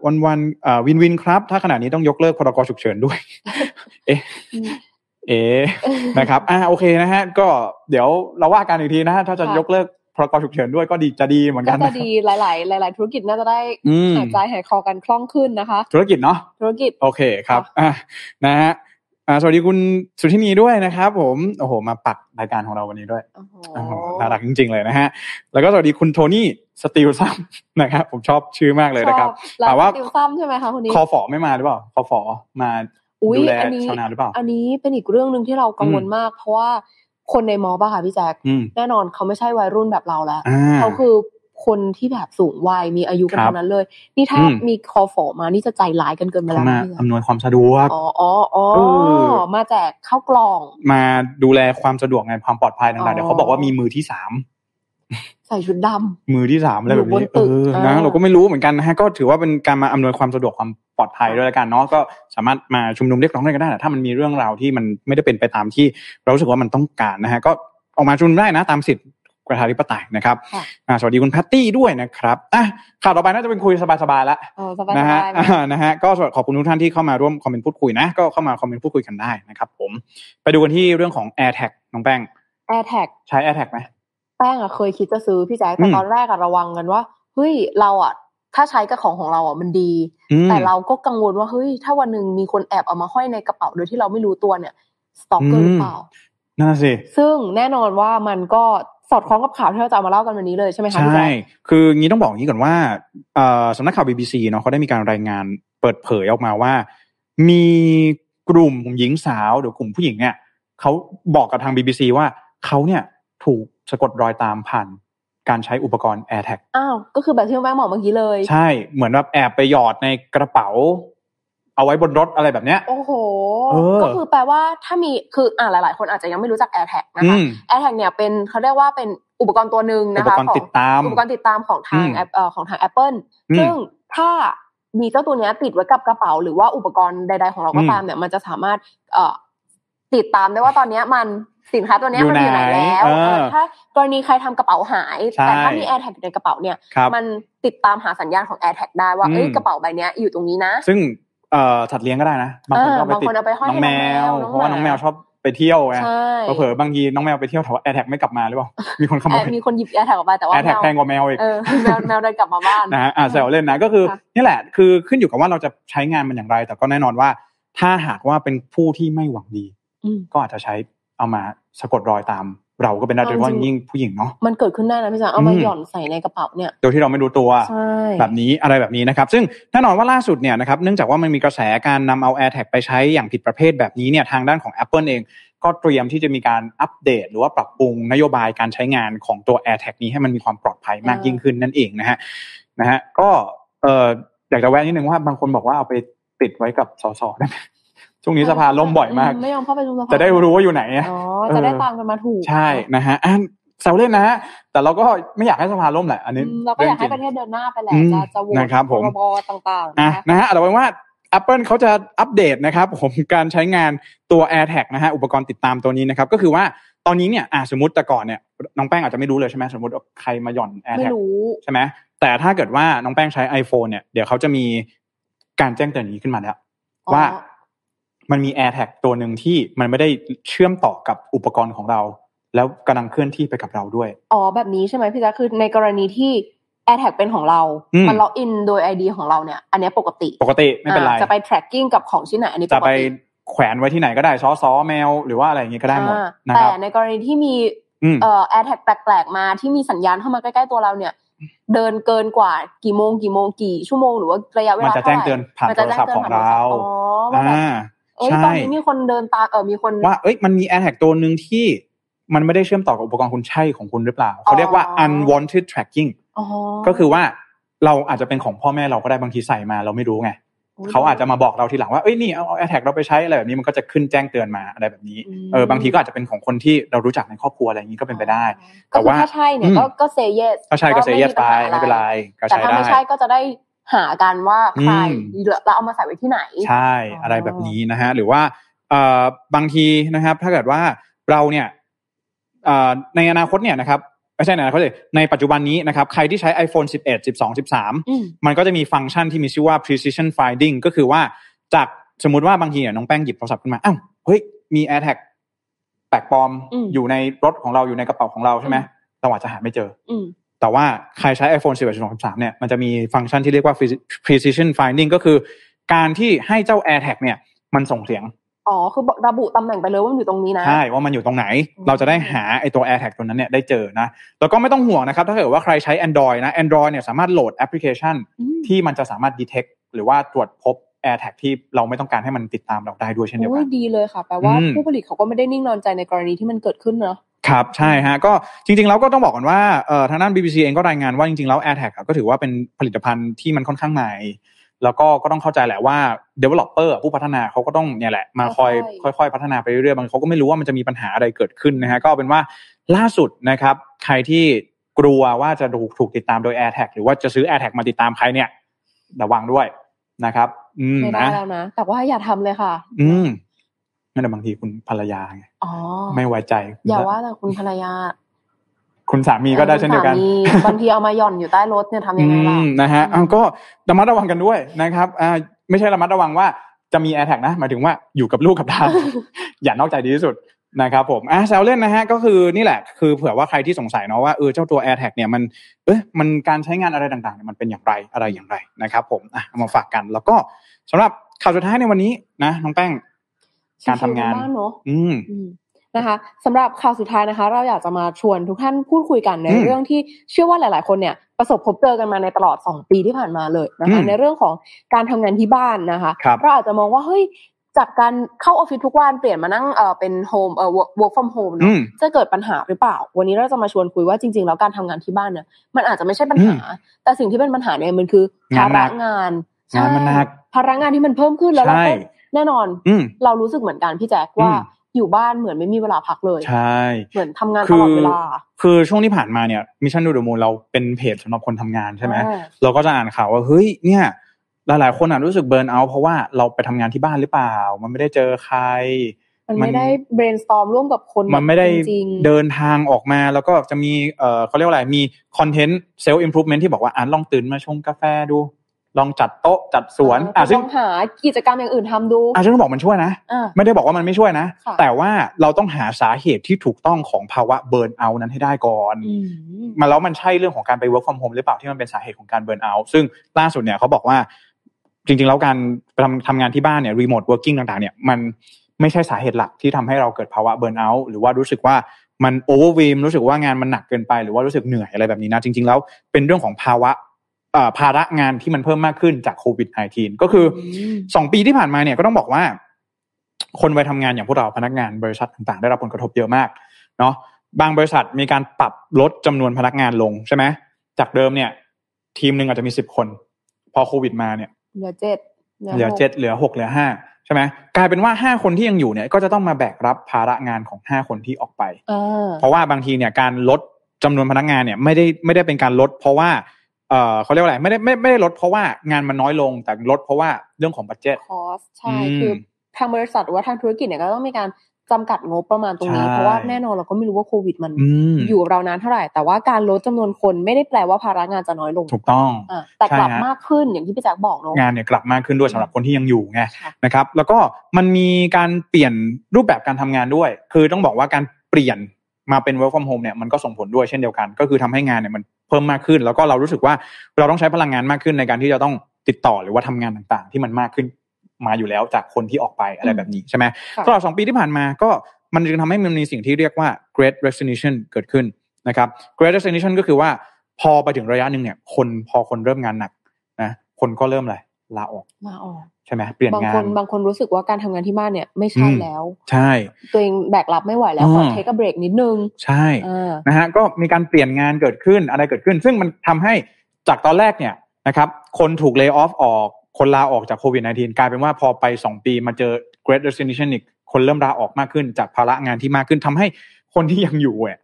วันวันๆเอ่อวินวินครับ ถ้าขณะนี้ต้องยกเลิกพรกฉุกเฉินด้วย เอ๊ะเอ๊ะ นะครับ อ่า โอเคนะฮะ ก็เดี๋ยวเราว่ากันอีกทีนะฮะ ถ้าจะ ค่ะ ยกเลิกพรกฉุกเฉินด้วยก็ดีจะดีเหมือนกั ก็ น จะ นะ ดีหลาย ๆ หลาย ๆ ธุรกิจน่าจะได้ อืม หายใจหายคอกันคล่องขึ้นนะคะ ธุรกิจเนาะ ธุรกิจ โอเคครับ อ่ะนะฮะ อ่า สวัสดีคุณสุทธินีด้วยนะครับ ผม โอ้โห มาปักรายการของเราวันนี้ด้วย โอ้โห โอ้โหน่ารักจริง ๆ เลยนะฮะ แล้วก็สวัสดีคุณโทนี่สตีลซัม นะครับ ผมชอบชื่อมากเลยนะครับ ชอแล้ว แต่ว่า ติวซ้ำใช่ไหมคะคนนี้ คอฝอไม่มาหรือเปล่า คอฝอมา อุ๊ย ดูแล อันนี้ ชาวนาหรือเปล่า อันนี้เป็นอีกเรื่องหนึ่งที่เรากังวลมาก เพราะว่าคนในมอบ้าค่ะพี่แจ๊ค อืม แน่นอนเขาไม่ใช่วัยรุ่นแบบเราแล้ว อ่า เขาคือคนที่แบบสูงวัยมีอายุกัน ครับ ทั้งนั้นเลย นี่ถ้า อืม มีคอฝอมานี่จะใจร้ายกันเกินไป เขา แล้ว มา นะ อำนวยความสะดวก อ๋ออ๋ออ๋อ เออ มาแจกข้าวกล่อง มาดูแลความสะดวกไงความปลอดภัย อ๋ ต่า อ งๆ เดี๋ยวเขาบอกว่ามีมือที่สาม ใส่ชุดด มือที่สามอะไรแบบ อยู่บน นี้ ตึ เอก อ เออ นะเราก็ไม่รู้เหมือนกันนะฮะก็ถือว่าเป็นการมาอำนวยความสะดวกความปลอดภัยด้วยละกันเนาะก็สามารถมาชุมนุมเรียกร้องอะไรก็ได้แต่ถ้ามันมีเรื่องราวที่มันไม่ได้เป็นไปตามที่เรารู้สึกว่ามันต้องการนะฮะก็ออกมาชุมนุมได้นะตามสิทธิประชาธิปไตยนะครับ ค่ะ อ่าสวัสดีคุณแพตตี้ด้วยนะครับอ่ะข่าวต่อไปน่าจะเป็นคุยสบายๆละ ำเออสบาย นะ ส ฮะ บาย อ่านะฮะก็สำหรับขอบคุณทุกท่านที่เข้ามาร่วมคอมเมนต์พูดคุยนะ ก็เข้ามาคอมเมนต์พูดคุยกันได้นะครับผมไปดูกันที่เรื่องของ Air Tag น้องแป้ง แอร์แท็ก ใช้ Air Tag ไหม แป้งอะเคยคิดจะซื้อพี่แจ๊คแต่ อืม ตอนแรกอะระวังกันว่าเฮ้ยเราอะถ้าใช้กับของของเราอะมันดี อืม แต่เราก็กังวลว่าเฮ้ยถ้าวันหนึ่งมีคนแอบเอามาห้อยในกระเป๋าโดยที่เราไม่รู้ตัวเนี่ยสต็อกเกอร์หรือเปล่า นั่นนะสิ ซึ่งแน่นอนว่ามันก็สอดคล้องกับข่าวที่เราจะเอามาเล่ากันวันนี้เลยใช่ไหมคะพี่ ใช่ แจ๊ค คืองี้ต้องบอกอย่างนี้ก่อนว่าเอ่อสำนักข่าว BBC เนาะเขาได้มีการรายงานเปิดเผยออกมาว่า มีกลุ่มหญิงสาวหรือกลุ่มผู้หญิงเนี่ยเขาบอกกับทาง BBC ว่าเขาเนี่ยถูกสะกดรอยตามผ่านการใช้อุปกรณ์ Air Tag อ้าวก็คือแบบที่แม่งบอกเมื่อกี้เลย ใช่ เหมือนแบบแอบไปหยอดในกระเป๋า เอาไว้บนรถอะไรแบบเนี้ย โอ้โห เออ ก็คือแปลว่าถ้ามีคืออ่าหลาย ๆ คนอาจจะยังไม่รู้จัก AirTag นะ อื คะ ม AirTag เนี่ยเป็นเขาเรียกว่าเป็นอุปกรณ์ตัวหนึ่ง อุ นะ ป คะ กรณ์ ของ ติดตาม อุปกรณ์ติดตามของทาง อืม แอปเอ่อของทาง Apple อืม ซึ่งถ้า มีเจ้าตัวเนี้ยติดไว้กับกระเป๋า หรือว่าอุปกรณ์ใด ๆ ของเราก็ตามเนี่ยมันจะสามารถเอ่อติดตามได้ว่าตอนเนี้ยมันสินค้าตัวเนี้ยมันอยู่ไหนแล้ว อยู่ไหน เออ เออ ถ้ากรณีใครทำกระเป๋าหาย ใช่ แต่ถ้ามี AirTag อยู่ในกระเป๋าเนี่ย ครับ มันติดตามหาสัญญาณของ AirTag ได้ว่า อืม เอ้ยกระเป๋าใบเนี้ยอยู่ตรงนี้นะ ซึ่งเอ่อสัตว์เลี้ยงก็ได้นะบางคน เออ ก็ไปติด บางคนเอาไปห้อย น้องแมวเพให้น้องแมวน้องราะว่าน้อง หมา แมวชอบไปเที่ยวไง ใช่ เผลอๆบางทีน้องแมวไปเที่ยวแต่ว่าแอร์แท็กไม่กลับมาหรือเปล่า มีคนขโม แอย บมีคนหยิบ AirTag ออกไปแต่ว่า แอร์ แม แท็ก ว แพงกว่าแมวอีก เออแมวแมวเดินกลับมาบ้าน นะฮะอ่ะแซวเล่นนะก็คือ ค่ะ นี่แหละคือขึ้นอยู่กับว่าเราจะใช้งานมันอย่างไร แต่ก็แน่นอนว่า ถ้าหากว่าเป็นผู้ที่ไม่หวังดี อืม ก็อาจจะใช้เอามาสะกดรอยตาม เราก็เป็นได้โดยเฉพาะอย่างยิ่งผู้หญิงเนาะ มันเกิดขึ้นได้นะพี่จ๋าเอามา อืม หย่อนใส่ในกระเป๋าเนี่ย โดยที่เราไม่รู้ตัว ใช่ แบบนี้อะไรแบบนี้นะครับ ซึ่งแน่นอนว่าล่าสุดเนี่ยนะครับเนื่องจากว่ามันมีกระแสการนำเอา AirTag ไปใช้อย่างผิดประเภทแบบนี้เนี่ยทางด้านของ Apple เอง ก็เตรียมที่จะมีการอัปเดต หรือว่าปรับปรุงนโยบายการใช้งานของตัว AirTag นี้ให้มันมีความปลอดภัยมากยิ่งขึ้นนั่นเองนะฮะนะฮะก็เอ่ออยากจะแวะนิดนึงว่าบางคนบอกว่าเอาไปติดไว้กับสสได้ไหมช่วงนี้สภาล่มบ่อยมาก ไม่ยอมเข้าไปดูสภา จะได้รู้ว่าอยู่ไหนอะ อ๋อจะได้ตามกันมาถูก ใช่นะฮะอ่ะแซวเล่นนะฮะแต่เราก็ไม่อยากให้สภาล่มแหละอัน อื นี้ มเราก็อยากให้ งจประ ง เทศเดินหน้าไปแหละ อืม จะจะโหวต นะครับผม พรบต่างๆ อ่ะ นะคะ นะฮะเอาเป็นว่า Apple เขาจะอัปเดตนะครับผมการใช้งานตัว AirTag นะฮะอุปกรณ์ติดตามตัวนี้นะครับ ก็คือว่าตอนนี้เนี่ยอ่ะสมมติแต่ก่อนเนี่ยน้องแป้งอาจจะไม่รู้เลยใช่ไหมสมมติว่าใครมาหย่อน ไม่ AirTag รู้ ใช่ไหมแต่ถ้าเกิดว่าน้องแป้งใช้ iPhone เนี่ยเดี๋ยวเขาจะมีการแจ้งเตือนอย่างนี้ขึ้นมาแล้ว อ๋อ ว่ามันมี AirTag ตัวหนึ่งที่มันไม่ได้เชื่อมต่อกับอุปกรณ์ของเรา แล้วกำลังเคลื่อนที่ไปกับเราด้วย อ๋อแบบนี้ใช่ไหมพี่จ๊ะคือในกรณีที่ AirTag เป็นของเรา อืม มันล็อกอินโดย ID ของเราเนี่ย อันเนี้ยปกติ ปกติไม่เป็นไร อ่าจะไป tracking กับของชิ้นไหนอันนี้ จะ ปก ไป ติ แขวนไว้ที่ไหนก็ได้ซอซอแมว หรือว่าอะไรอย่างงี้ก็ได้หมด อ่า นะค แต่ รับ ในกรณีที่มี อืม เอ่อ AirTag แปลกๆมาที่มีสัญญาณเข้ามาใกล้ๆตัวเราเนี่ย เดินเกินกว่ากี่โมงกี่โมงกี่ชั่วโมงหรือว่าระยะเว มัน ลา จะ เท่าไหแจ้งร่เตือนผ่านโทรศัพท์ของเรา อ๋อว่าแบบ อ่า เอ้ย ใช่ ตอนนี้มีคนเดินตามเออมีคน ว่าเอ้ยมันมี AirTag ตัวหนึ่งที่มันไม่ได้เชื่อมต่อกับอุปกรณ์คุณใช่ของคุณหรือเปล่า เขาเรียกว่า unwanted tracking อ๋อ ก็คือว่าเราอาจจะเป็นของพ่อแม่เราก็ได้บางทีใส่มาเราไม่รู้ไง เขาอาจจะมาบอกเราทีหลังว่าเอ้ยนี่เอา AirTag เราไปใช้อะไรแบบนี้มันก็จะขึ้นแจ้งเตือนมาอะไรแบบนี้ ม เออบางทีก็อาจจะเป็นของคนที่เรารู้จักในครอบครัวอะไรอย่างนี้ก็เป็นไปได้ แต่ ก็คือ ว่า ถ้าใช่เนี่ย อืม ก็ก็ say yes ถ้าใช่ก็ ว่า เสียเยสไป ปัญหาอะ ไม่เป็นไรก็ แต่ ใช้ ถ้า ได้ ไม่ใช่ก็จะได้หากันว่าใคร อืม แล้วเอามาใส่ไว้ที่ไหน ใช่ อ๋ออ อะไรแบบนี้นะฮะหรือว่าเอ่อบางทีนะครับ ถ้าเกิดว่าเราเนี่ยเอ่อในอนาคตเนี่ยนะครับไม่ใช่ในอนาคตเลยในปัจจุบันนี้นะครับ ใครที่ใช้ iPhone 11 12 13 อืม มันก็จะมีฟังก์ชันที่มีชื่อว่า precision finding ก็คือว่าจากสมมติว่าบางทีเนี่ยน้องแป้งหยิบโทรศัพท์ขึ้นมาอ้าวเฮ้ยมี AirTag แปลกปลอมอยู่ในรถของเราอยู่ในกระเป๋าของเราใช่ไหมเราอาจจะหาไม่เจอ อืม แต่ว่าใครใช้ iPhone 11 12 13เนี่ย มันจะมีฟังก์ชันที่เรียกว่า precision finding ก็คือ การที่ให้เจ้า AirTag เนี่ย มันส่งเสียง อ๋อคือบอกระบุตำแหน่งไปเลยว่ามันอยู่ตรงนี้นะ ใช่ ว่ามันอยู่ตรงไหน อืม เราจะได้หาไอตัว AirTag ตัวนั้นเนี่ยได้เจอนะ แล้วก็ไม่ต้องห่วงนะครับ ถ้าเกิดว่าใครใช้ Android นะ Android เนี่ยสามารถโหลดแอปพลิเคชัน อืม ที่มันจะสามารถ detect หรือว่าตรวจพบ AirTag ที่เราไม่ต้องการให้มันติดตามเราได้ด้วยเช่นเดียว โอ้ กั ย น ดีเลยค่ะแปลว่า อืม ผู้ผลิตเขาก็ไม่ได้นิ่งนอนใจในกรณีที่มันเกิดขึ้นเนาะ ครับ ใช่ฮะก็จริงๆแล้วก็ต้องบอกก่อนว่าเอ่อทางด้าน BBC เองก็รายงานว่าจริงๆแล้ว AirTag อะก็ถือว่าเป็นผลิตภัณฑ์ที่มันค่อนข้างใหม่ แล้วก็ก็ต้องเข้าใจแหละว่า developer ผู้พัฒนาเขาก็ต้องเนี่ยแหละมาคอย ใช่ ค่อยๆ พัฒนาไปเรื่อยๆบางทีเขาก็ไม่รู้ว่ามันจะมีปัญหาอะไรเกิดขึ้นนะฮะก็เอาเป็นว่าล่าสุดนะครับ ใครที่กลัวว่าจะถูกถูกติดตามโดย AirTag หรือว่าจะซื้อ AirTag มาติดตามใครเนี่ยระวังด้วยนะครับ อืม ไม่ได้ นะ แล้วนะ แต่ว่าอย่าทำเลยค่ะ อืมนั่นนะบางทีคุณภรรยาไง อ๋อ ไม่ไว้ใจ อย่าว่าแต่คุณภรรยา คุณสามีก็ได้เช่นเดียวกัน ออคุณสามีบางทีเอามาหย่อนอยู่ใต้รถเนี่ยทำยังไงล่ะ อืมนะฮะ อืม เอาก็ระมัดระวังกันด้วยนะครับอ่าไม่ใช่ระมัดระวังว่าจะมีแอร์แท็กนะหมายถึงว่าอยู่กับลูกกับห ลาน อย่านอกใจดีที่สุดนะครับผมอ่ะแซวเล่นนะฮะก็คือนี่แหละคือเผื่อว่าใครที่สงสัยเนาะว่าเออเจ้าตัว AirTag เนี่ยมันเอ๊ะมันการใช้งานอะไรต่างๆเนี่ยมันเป็นอย่างไรอะไรอย่างไรนะครับผมอ่ะเอามาฝากกัน แล้วก็สำหรับข่าวสุดท้ายในวันนี้นะน้องแป้ง การทำงาน ชิวๆบ้เนอะ อืม อืมนะคะสำหรับข่าวสุดท้ายนะคะ เราอยากจะมาชวนทุกท่านพูดคุยกันใน อืม เรื่องที่เชื่อว่าหลาย ๆ คนเนี่ยประสบพบเจอกันมาในตลอด 2 ปีที่ผ่านมาเลยนะคะ อืม ในเรื่องของการทำงานที่บ้านนะคะ ครับ เราอาจจะมองว่าเฮ้ยจากการเข้าออฟฟิศทุกวันเปลี่ยนมานั่งเออเป็นโฮมเออ work work from home เน อื อะ ม จะเกิดปัญหาหรือเปล่า วันนี้เราจะมาชวนคุยว่าจริง ๆ แล้วการทำงานที่บ้านเนี่ยมันอาจจะไม่ใช่ปัญหา แต่สิ่งที่เป็นปัญหาเนี่ยมันคืองภาง านหนั ระ กงานงานมันหนัก ใช่ภาระงานที่มันเพิ่มขึ้นแล้วเรา ใช่ ก็ แน่นอน อืม เรารู้สึกเหมือนกันพี่แจ๊คว่า อืม อยู่บ้านเหมือนไม่มีเวลาพักเลย ใช่ เหมือนทำงานต คื ล อ อดเวลา คือช่วงที่ผ่านมาเนี่ยมิชชั่นดูดมูลเราเป็นเพจสำหรับคนทำงานใช่ไหม อ่า เราก็จะอ่านข่าวว่าเฮ้ยเนี่ย หลายๆคนอ่ะรู้สึกเบิร์นเอาท์เพราะว่าเราไปทำงานที่บ้านหรือเปล่า มันไม่ได้เจอใคร มันไม่ได้ brainstorm ร่วมกับคน มันไม่ได้ จริงๆ เดินทางออกมาแล้วก็จะมีเอ่อเขาเรียกว่าอะไรมีคอนเทนต์เซลล์อิมพ v ูเมนที่บอกว่าอ่านลองตื่นมาชงกาแฟดู ลองจัดโต๊ะจัดสวน อ่ะ อ่ะซึ่ ล ง องหากิจกรรมอย่างอื่นทำดู อ่ะซึ่งต้องบอกมันช่วยนะ อ่ะ ไม่ได้บอกว่ามันไม่ช่วยนะ ค่ะ แต่ว่าเราต้องหาสาเหตุที่ถูกต้องของภาวะเบิร์นเอาท์นั้นให้ได้ก่อน อืม มาแล้วมันใช่เรื่องของการไป work from home หรือเปล่าที่มันเป็นสาเหตุของการเบิร์นเอาท์ซึ่งล่าสุดเนี่ยเขาบอกว่า จริง ๆ แล้วการทำทำงานที่บ้านเนี่ย remote working ต่างๆ เนี่ยมันไม่ใช่สาเหตุหลักที่ทำให้เราเกิดภาวะเบิร์นเอาท์หรือว่ารู้สึกว่ามัน overwhelm รู้สึกว่างานมันหนักเกินไป หรือว่ารู้สึกเหนื่อยอะไรแบบนี้นะ จริง ๆ แล้วเป็นเรื่องของภาวะเอ่อภาระงานที่มันเพิ่มมากขึ้นจากโควิด -19 ก็คืออ ม สองปีที่ผ่านมาเนี่ยก็ต้องบอกว่า คนไปทำงานอย่างพวกเราพนักงานบริษัทต่างๆ ได้รับผลกระทบเยอะมาก เนาะบางบริษัทมีการปรับลดจำนวนพนักงานลงใช่ไหมจากเดิมเนี่ย ทีมหนึ่งอาจจะมีสิบคน พอโควิดมาเนี่ย เหลือเจ็ด เหลือ หก เจ็ดเหลือหกเหลือห้าใช่ไหมกลายเป็นว่าห้าคนที่ยังอยู่เนี่ย ก็จะต้องมาแบกรับภาระงานของห้าคนที่ออกไป เออ เพราะว่าบางทีเนี่ยการลดจำนวนพนักงานเนี่ยไม่ได้ไม่ได้เป็นการลด เพราะว่าเออเขาเรียกว่าอะไรไม่ได้ไม่ไม่ได้ลดเพราะว่างานมันน้อยลงแต่ลดเพราะว่าเรื่องของบัตเจ็ต คอสใช่ อืม คือทางบริษัทหรือว่าทางธุรกิจเนี่ยก็ต้องมีการจำกัดงบประมาณตรงนี้ ใช่ เพราะว่าแน่นอนเราก็ไม่รู้ว่าโควิดมัน อืม อยู่กับเรานานเท่าไหร่ แต่ว่าการลดจำนวนคนไม่ได้แปลว่าภาระงานจะน้อยลง ถูกต้อง อ่ะแต่กลับ ใช่ฮะ มากขึ้นอย่างที่พี่แจ๊คบอกเนาะ งานเนี่ยกลับมากขึ้นด้วยสำหรับคนที่ยังอยู่ไง ค่ะ นะครับแล้วก็มันมีการเปลี่ยนรูปแบบการทำงานด้วย คือต้องบอกว่าการเปลี่ยนมาเป็น work from home เนี่ยมันก็ส่งผลด้วยเช่นเดียวกัน ก็คือทำให้งานเนี่ยมันเพิ่มมากขึ้น แล้วก็เรารู้สึกว่าเราต้องใช้พลังงานมากขึ้นในการที่จะต้องติดต่อหรือว่าทำงานต่างๆ ที่มันมากขึ้นมาอยู่แล้วจากคนที่ออกไปอะไรแบบนี้ใช่ไหม ค่ะ ตลอดสองปีที่ผ่านมาก็มันจึงทำให้มันมีสิ่งที่เรียกว่า great resignation เกิดขึ้นนะครับ great resignation ก็คือว่าพอไปถึงระยะหนึ่งเนี่ย คนพอคนเริ่มงานหนักนะคนก็เริ่มอะไรลาออก มาออก ใช่ไหมเปลี่ยน บาง งา คน นบางคนรู้สึกว่าการทำงานที่บ้านเนี่ยไม่ใช่ อืม แล้ว ใช่ ตัวเองแบกรับไม่ไหวแล้วขอ อ่า เทคเบรกนิดนึง ใช่ อ่า นะฮะก็มีการเปลี่ยนงานเกิดขึ้นอะไรเกิดขึ้น ซึ่งมันทำให้จากตอนแรกเนี่ยนะครับคนถูกเลิกออฟออกคนลาออกจากโควิด -19 กลายเป็นว่าพอไป 2 ปีมาเจอ great resignation อีกคนเริ่มลาออกมากขึ้น จากภาระงานที่มากขึ้นทำให้คนที่ยังอยู่อะ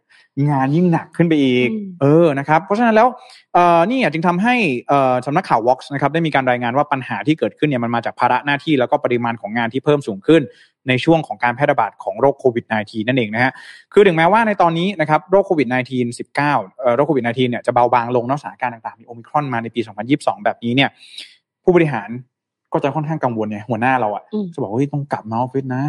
งานยิ่งหนักขึ้นไปอีก อืม เออนะครับเพราะฉะนั้นแล้วเอ่อนี่อ่ะจึงทำให้เอ่อสำนักข่าว Vox นะครับได้มีการรายงานว่าปัญหาที่เกิดขึ้นเนี่ยมันมาจากภาระหน้าที่แล้วก็ปริมาณของงานที่เพิ่มสูงขึ้น ในช่วงของการแพร่ระบาดของโรคโควิด -19 นั่นเองนะฮะ คือถึงแม้ว่าในตอนนี้นะครับโรคโควิด -19 19เอ่อโรคโควิด -19 เนี่ยจะเบาบางลงเนอกสถานการณ์ต่างๆ มีโอมิครอนมาในปี 2022 แบบนี้เนี่ย ผู้บริหารก็จะค่อนข้างกังวลเนี่ยหัวหน้าเราอะ อืม จะบอกว่าเฮ้ยต้องกลับมาออฟฟิศนะ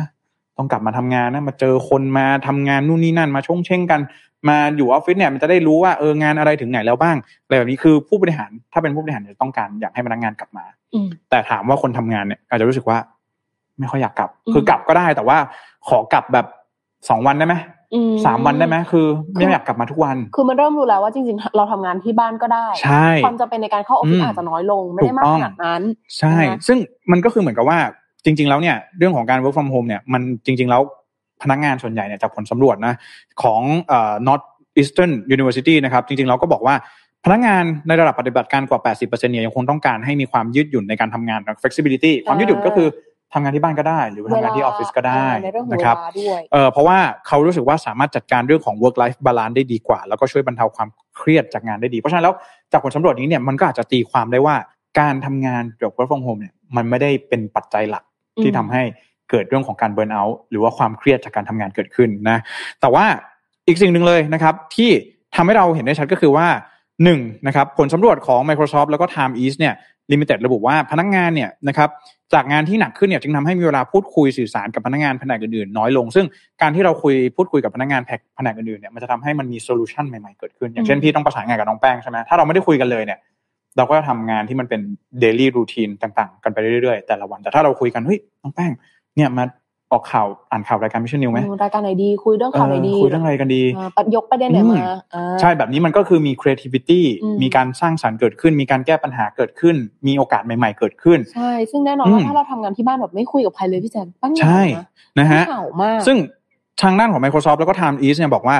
ต้องกลับมาทำงานนะมาเจอคนมาทำงานนู่นนี่นั่นมาชงเช่งกัน มาอยู่ออฟฟิศเนี่ยมันจะได้รู้ว่าเอองานอะไรถึงไหนแล้วบ้างอะไรแบบนี้คือผู้บริหารถ้าเป็นผู้บริหารจะต้องการอยากให้พนักงานกลับมา อืม แต่ถามว่าคนทำงานเนี่ยอาจจะรู้สึกว่า ไม่ค่อยอยากกลับ อืม คือกลับก็ได้แต่ว่าขอกลับแบบสองวันได้ไหม อื สามวันได้ไหมคือไม่ คือ อ อ ยากกลับมาทุกวัน คือมันเริ่มรู้แล้วว่าจริงๆ เราทำงานที่บ้านก็ได้ ใช่ ความจำเป็นในการเข้าออฟฟิศ อืม อาจจะน้อยลงไม่ได้มาก ถูกต้อง ขนาดนั้น ใช่ นะคะ ซึ่งมันก็คือเหมือนกับว่าจริง ๆ แล้วเนี่ยเรื่องของการ work from home เนี่ยมันจริง ๆ แล้วพนักงานส่วนใหญ่เนี่ยจากผลสำรวจนะของเอ่อ Northeastern University นะครับ จริง ๆ แล้วก็บอกว่าพนักงานในระดับปฏิบัติการกว่า 80%เนี่ยยังคงต้องการให้มีความยืดหยุ่นในการทำงาน flexibility ความยืดหยุ่นก็คือทำงานที่บ้านก็ได้ หรือว่าทำงานที่ออฟฟิศก็ได้ ในเรื่องของ นะ เว ครับ ลาด้วย เออเพราะว่าเขารู้สึกว่าสามารถจัดการเรื่องของ work life balance ได้ดีกว่า แล้วก็ช่วยบรรเทาความเครียดจากงานได้ดี เพราะฉะนั้นแล้วจากผลสำรวจนี้เนี่ยมันก็อาจจะตีความได้ว่าการทำงานแบบ work from home เนี่ยมันไม่ได้เป็นปัจจัยหลัก อืม ที่ทำให้เกิดเรื่องของการเบิร์นเอาท์หรือว่าความเครียดจากการทำงานเกิดขึ้นนะแต่ว่าอีกสิ่งหนึ่งเลยนะครับ ที่ทำให้เราเห็นได้ชัดก็คือว่าหนึ่งนะครับผลสำรวจของ Microsoft แล้วก็ Time East เนี่ย Limited ระบุว่าพนักงานเนี่ยนะครับจากงานที่หนักขึ้นเนี่ยจึงทำให้มีเวลาพูดคุยสื่อสารกับพนักงานแผนกอื่นๆน้อยลง ซึ่งการที่เราคุยพูดคุยกับพนักงานแผนกแผนกอื่นๆเนี่ยมันจะทำให้มันมีโซลูชันใหม่ๆเกิดขึ้น อย่างเช่น อืม พี่ต้องประสานงานกับน้องแป้งใช่ไหมถ้าเราไม่ได้คุยกันเลยเนี่ย เราก็จะทำงานที่มันเป็นเดลี่รูทีนต่างๆ กันไปเรื่อยๆ แต่ละวันแต่ถ้าเราคุยกันเฮ้ยน้องแป้งเนี่ยมาออกข่าวอ่านข่าวรายการมิชชั่นนิวไหม รายการไหนดีคุยเรื่องข่าวไหนดี เออคุยเรื่องอะไรกันดี อ่าปัดยกประเด็นไหนมาอ่า ใช่แบบนี้มันก็คือมี creativity อืม มีการสร้างสรรค์เกิดขึ้น มีการแก้ปัญหาเกิดขึ้น มีโอกาสใหม่ ๆ เกิดขึ้น ใช่ ซึ่งแน่นอน อืม ว่าถ้าเราทำงานที่บ้านแบบไม่คุยกับใครเลยพี่แจ๊คตั้ง ใช่ นะฮะ เข่ามาก ซึ่งทางด้านของ Microsoft แล้วก็ Time East เนี่ยบอกว่า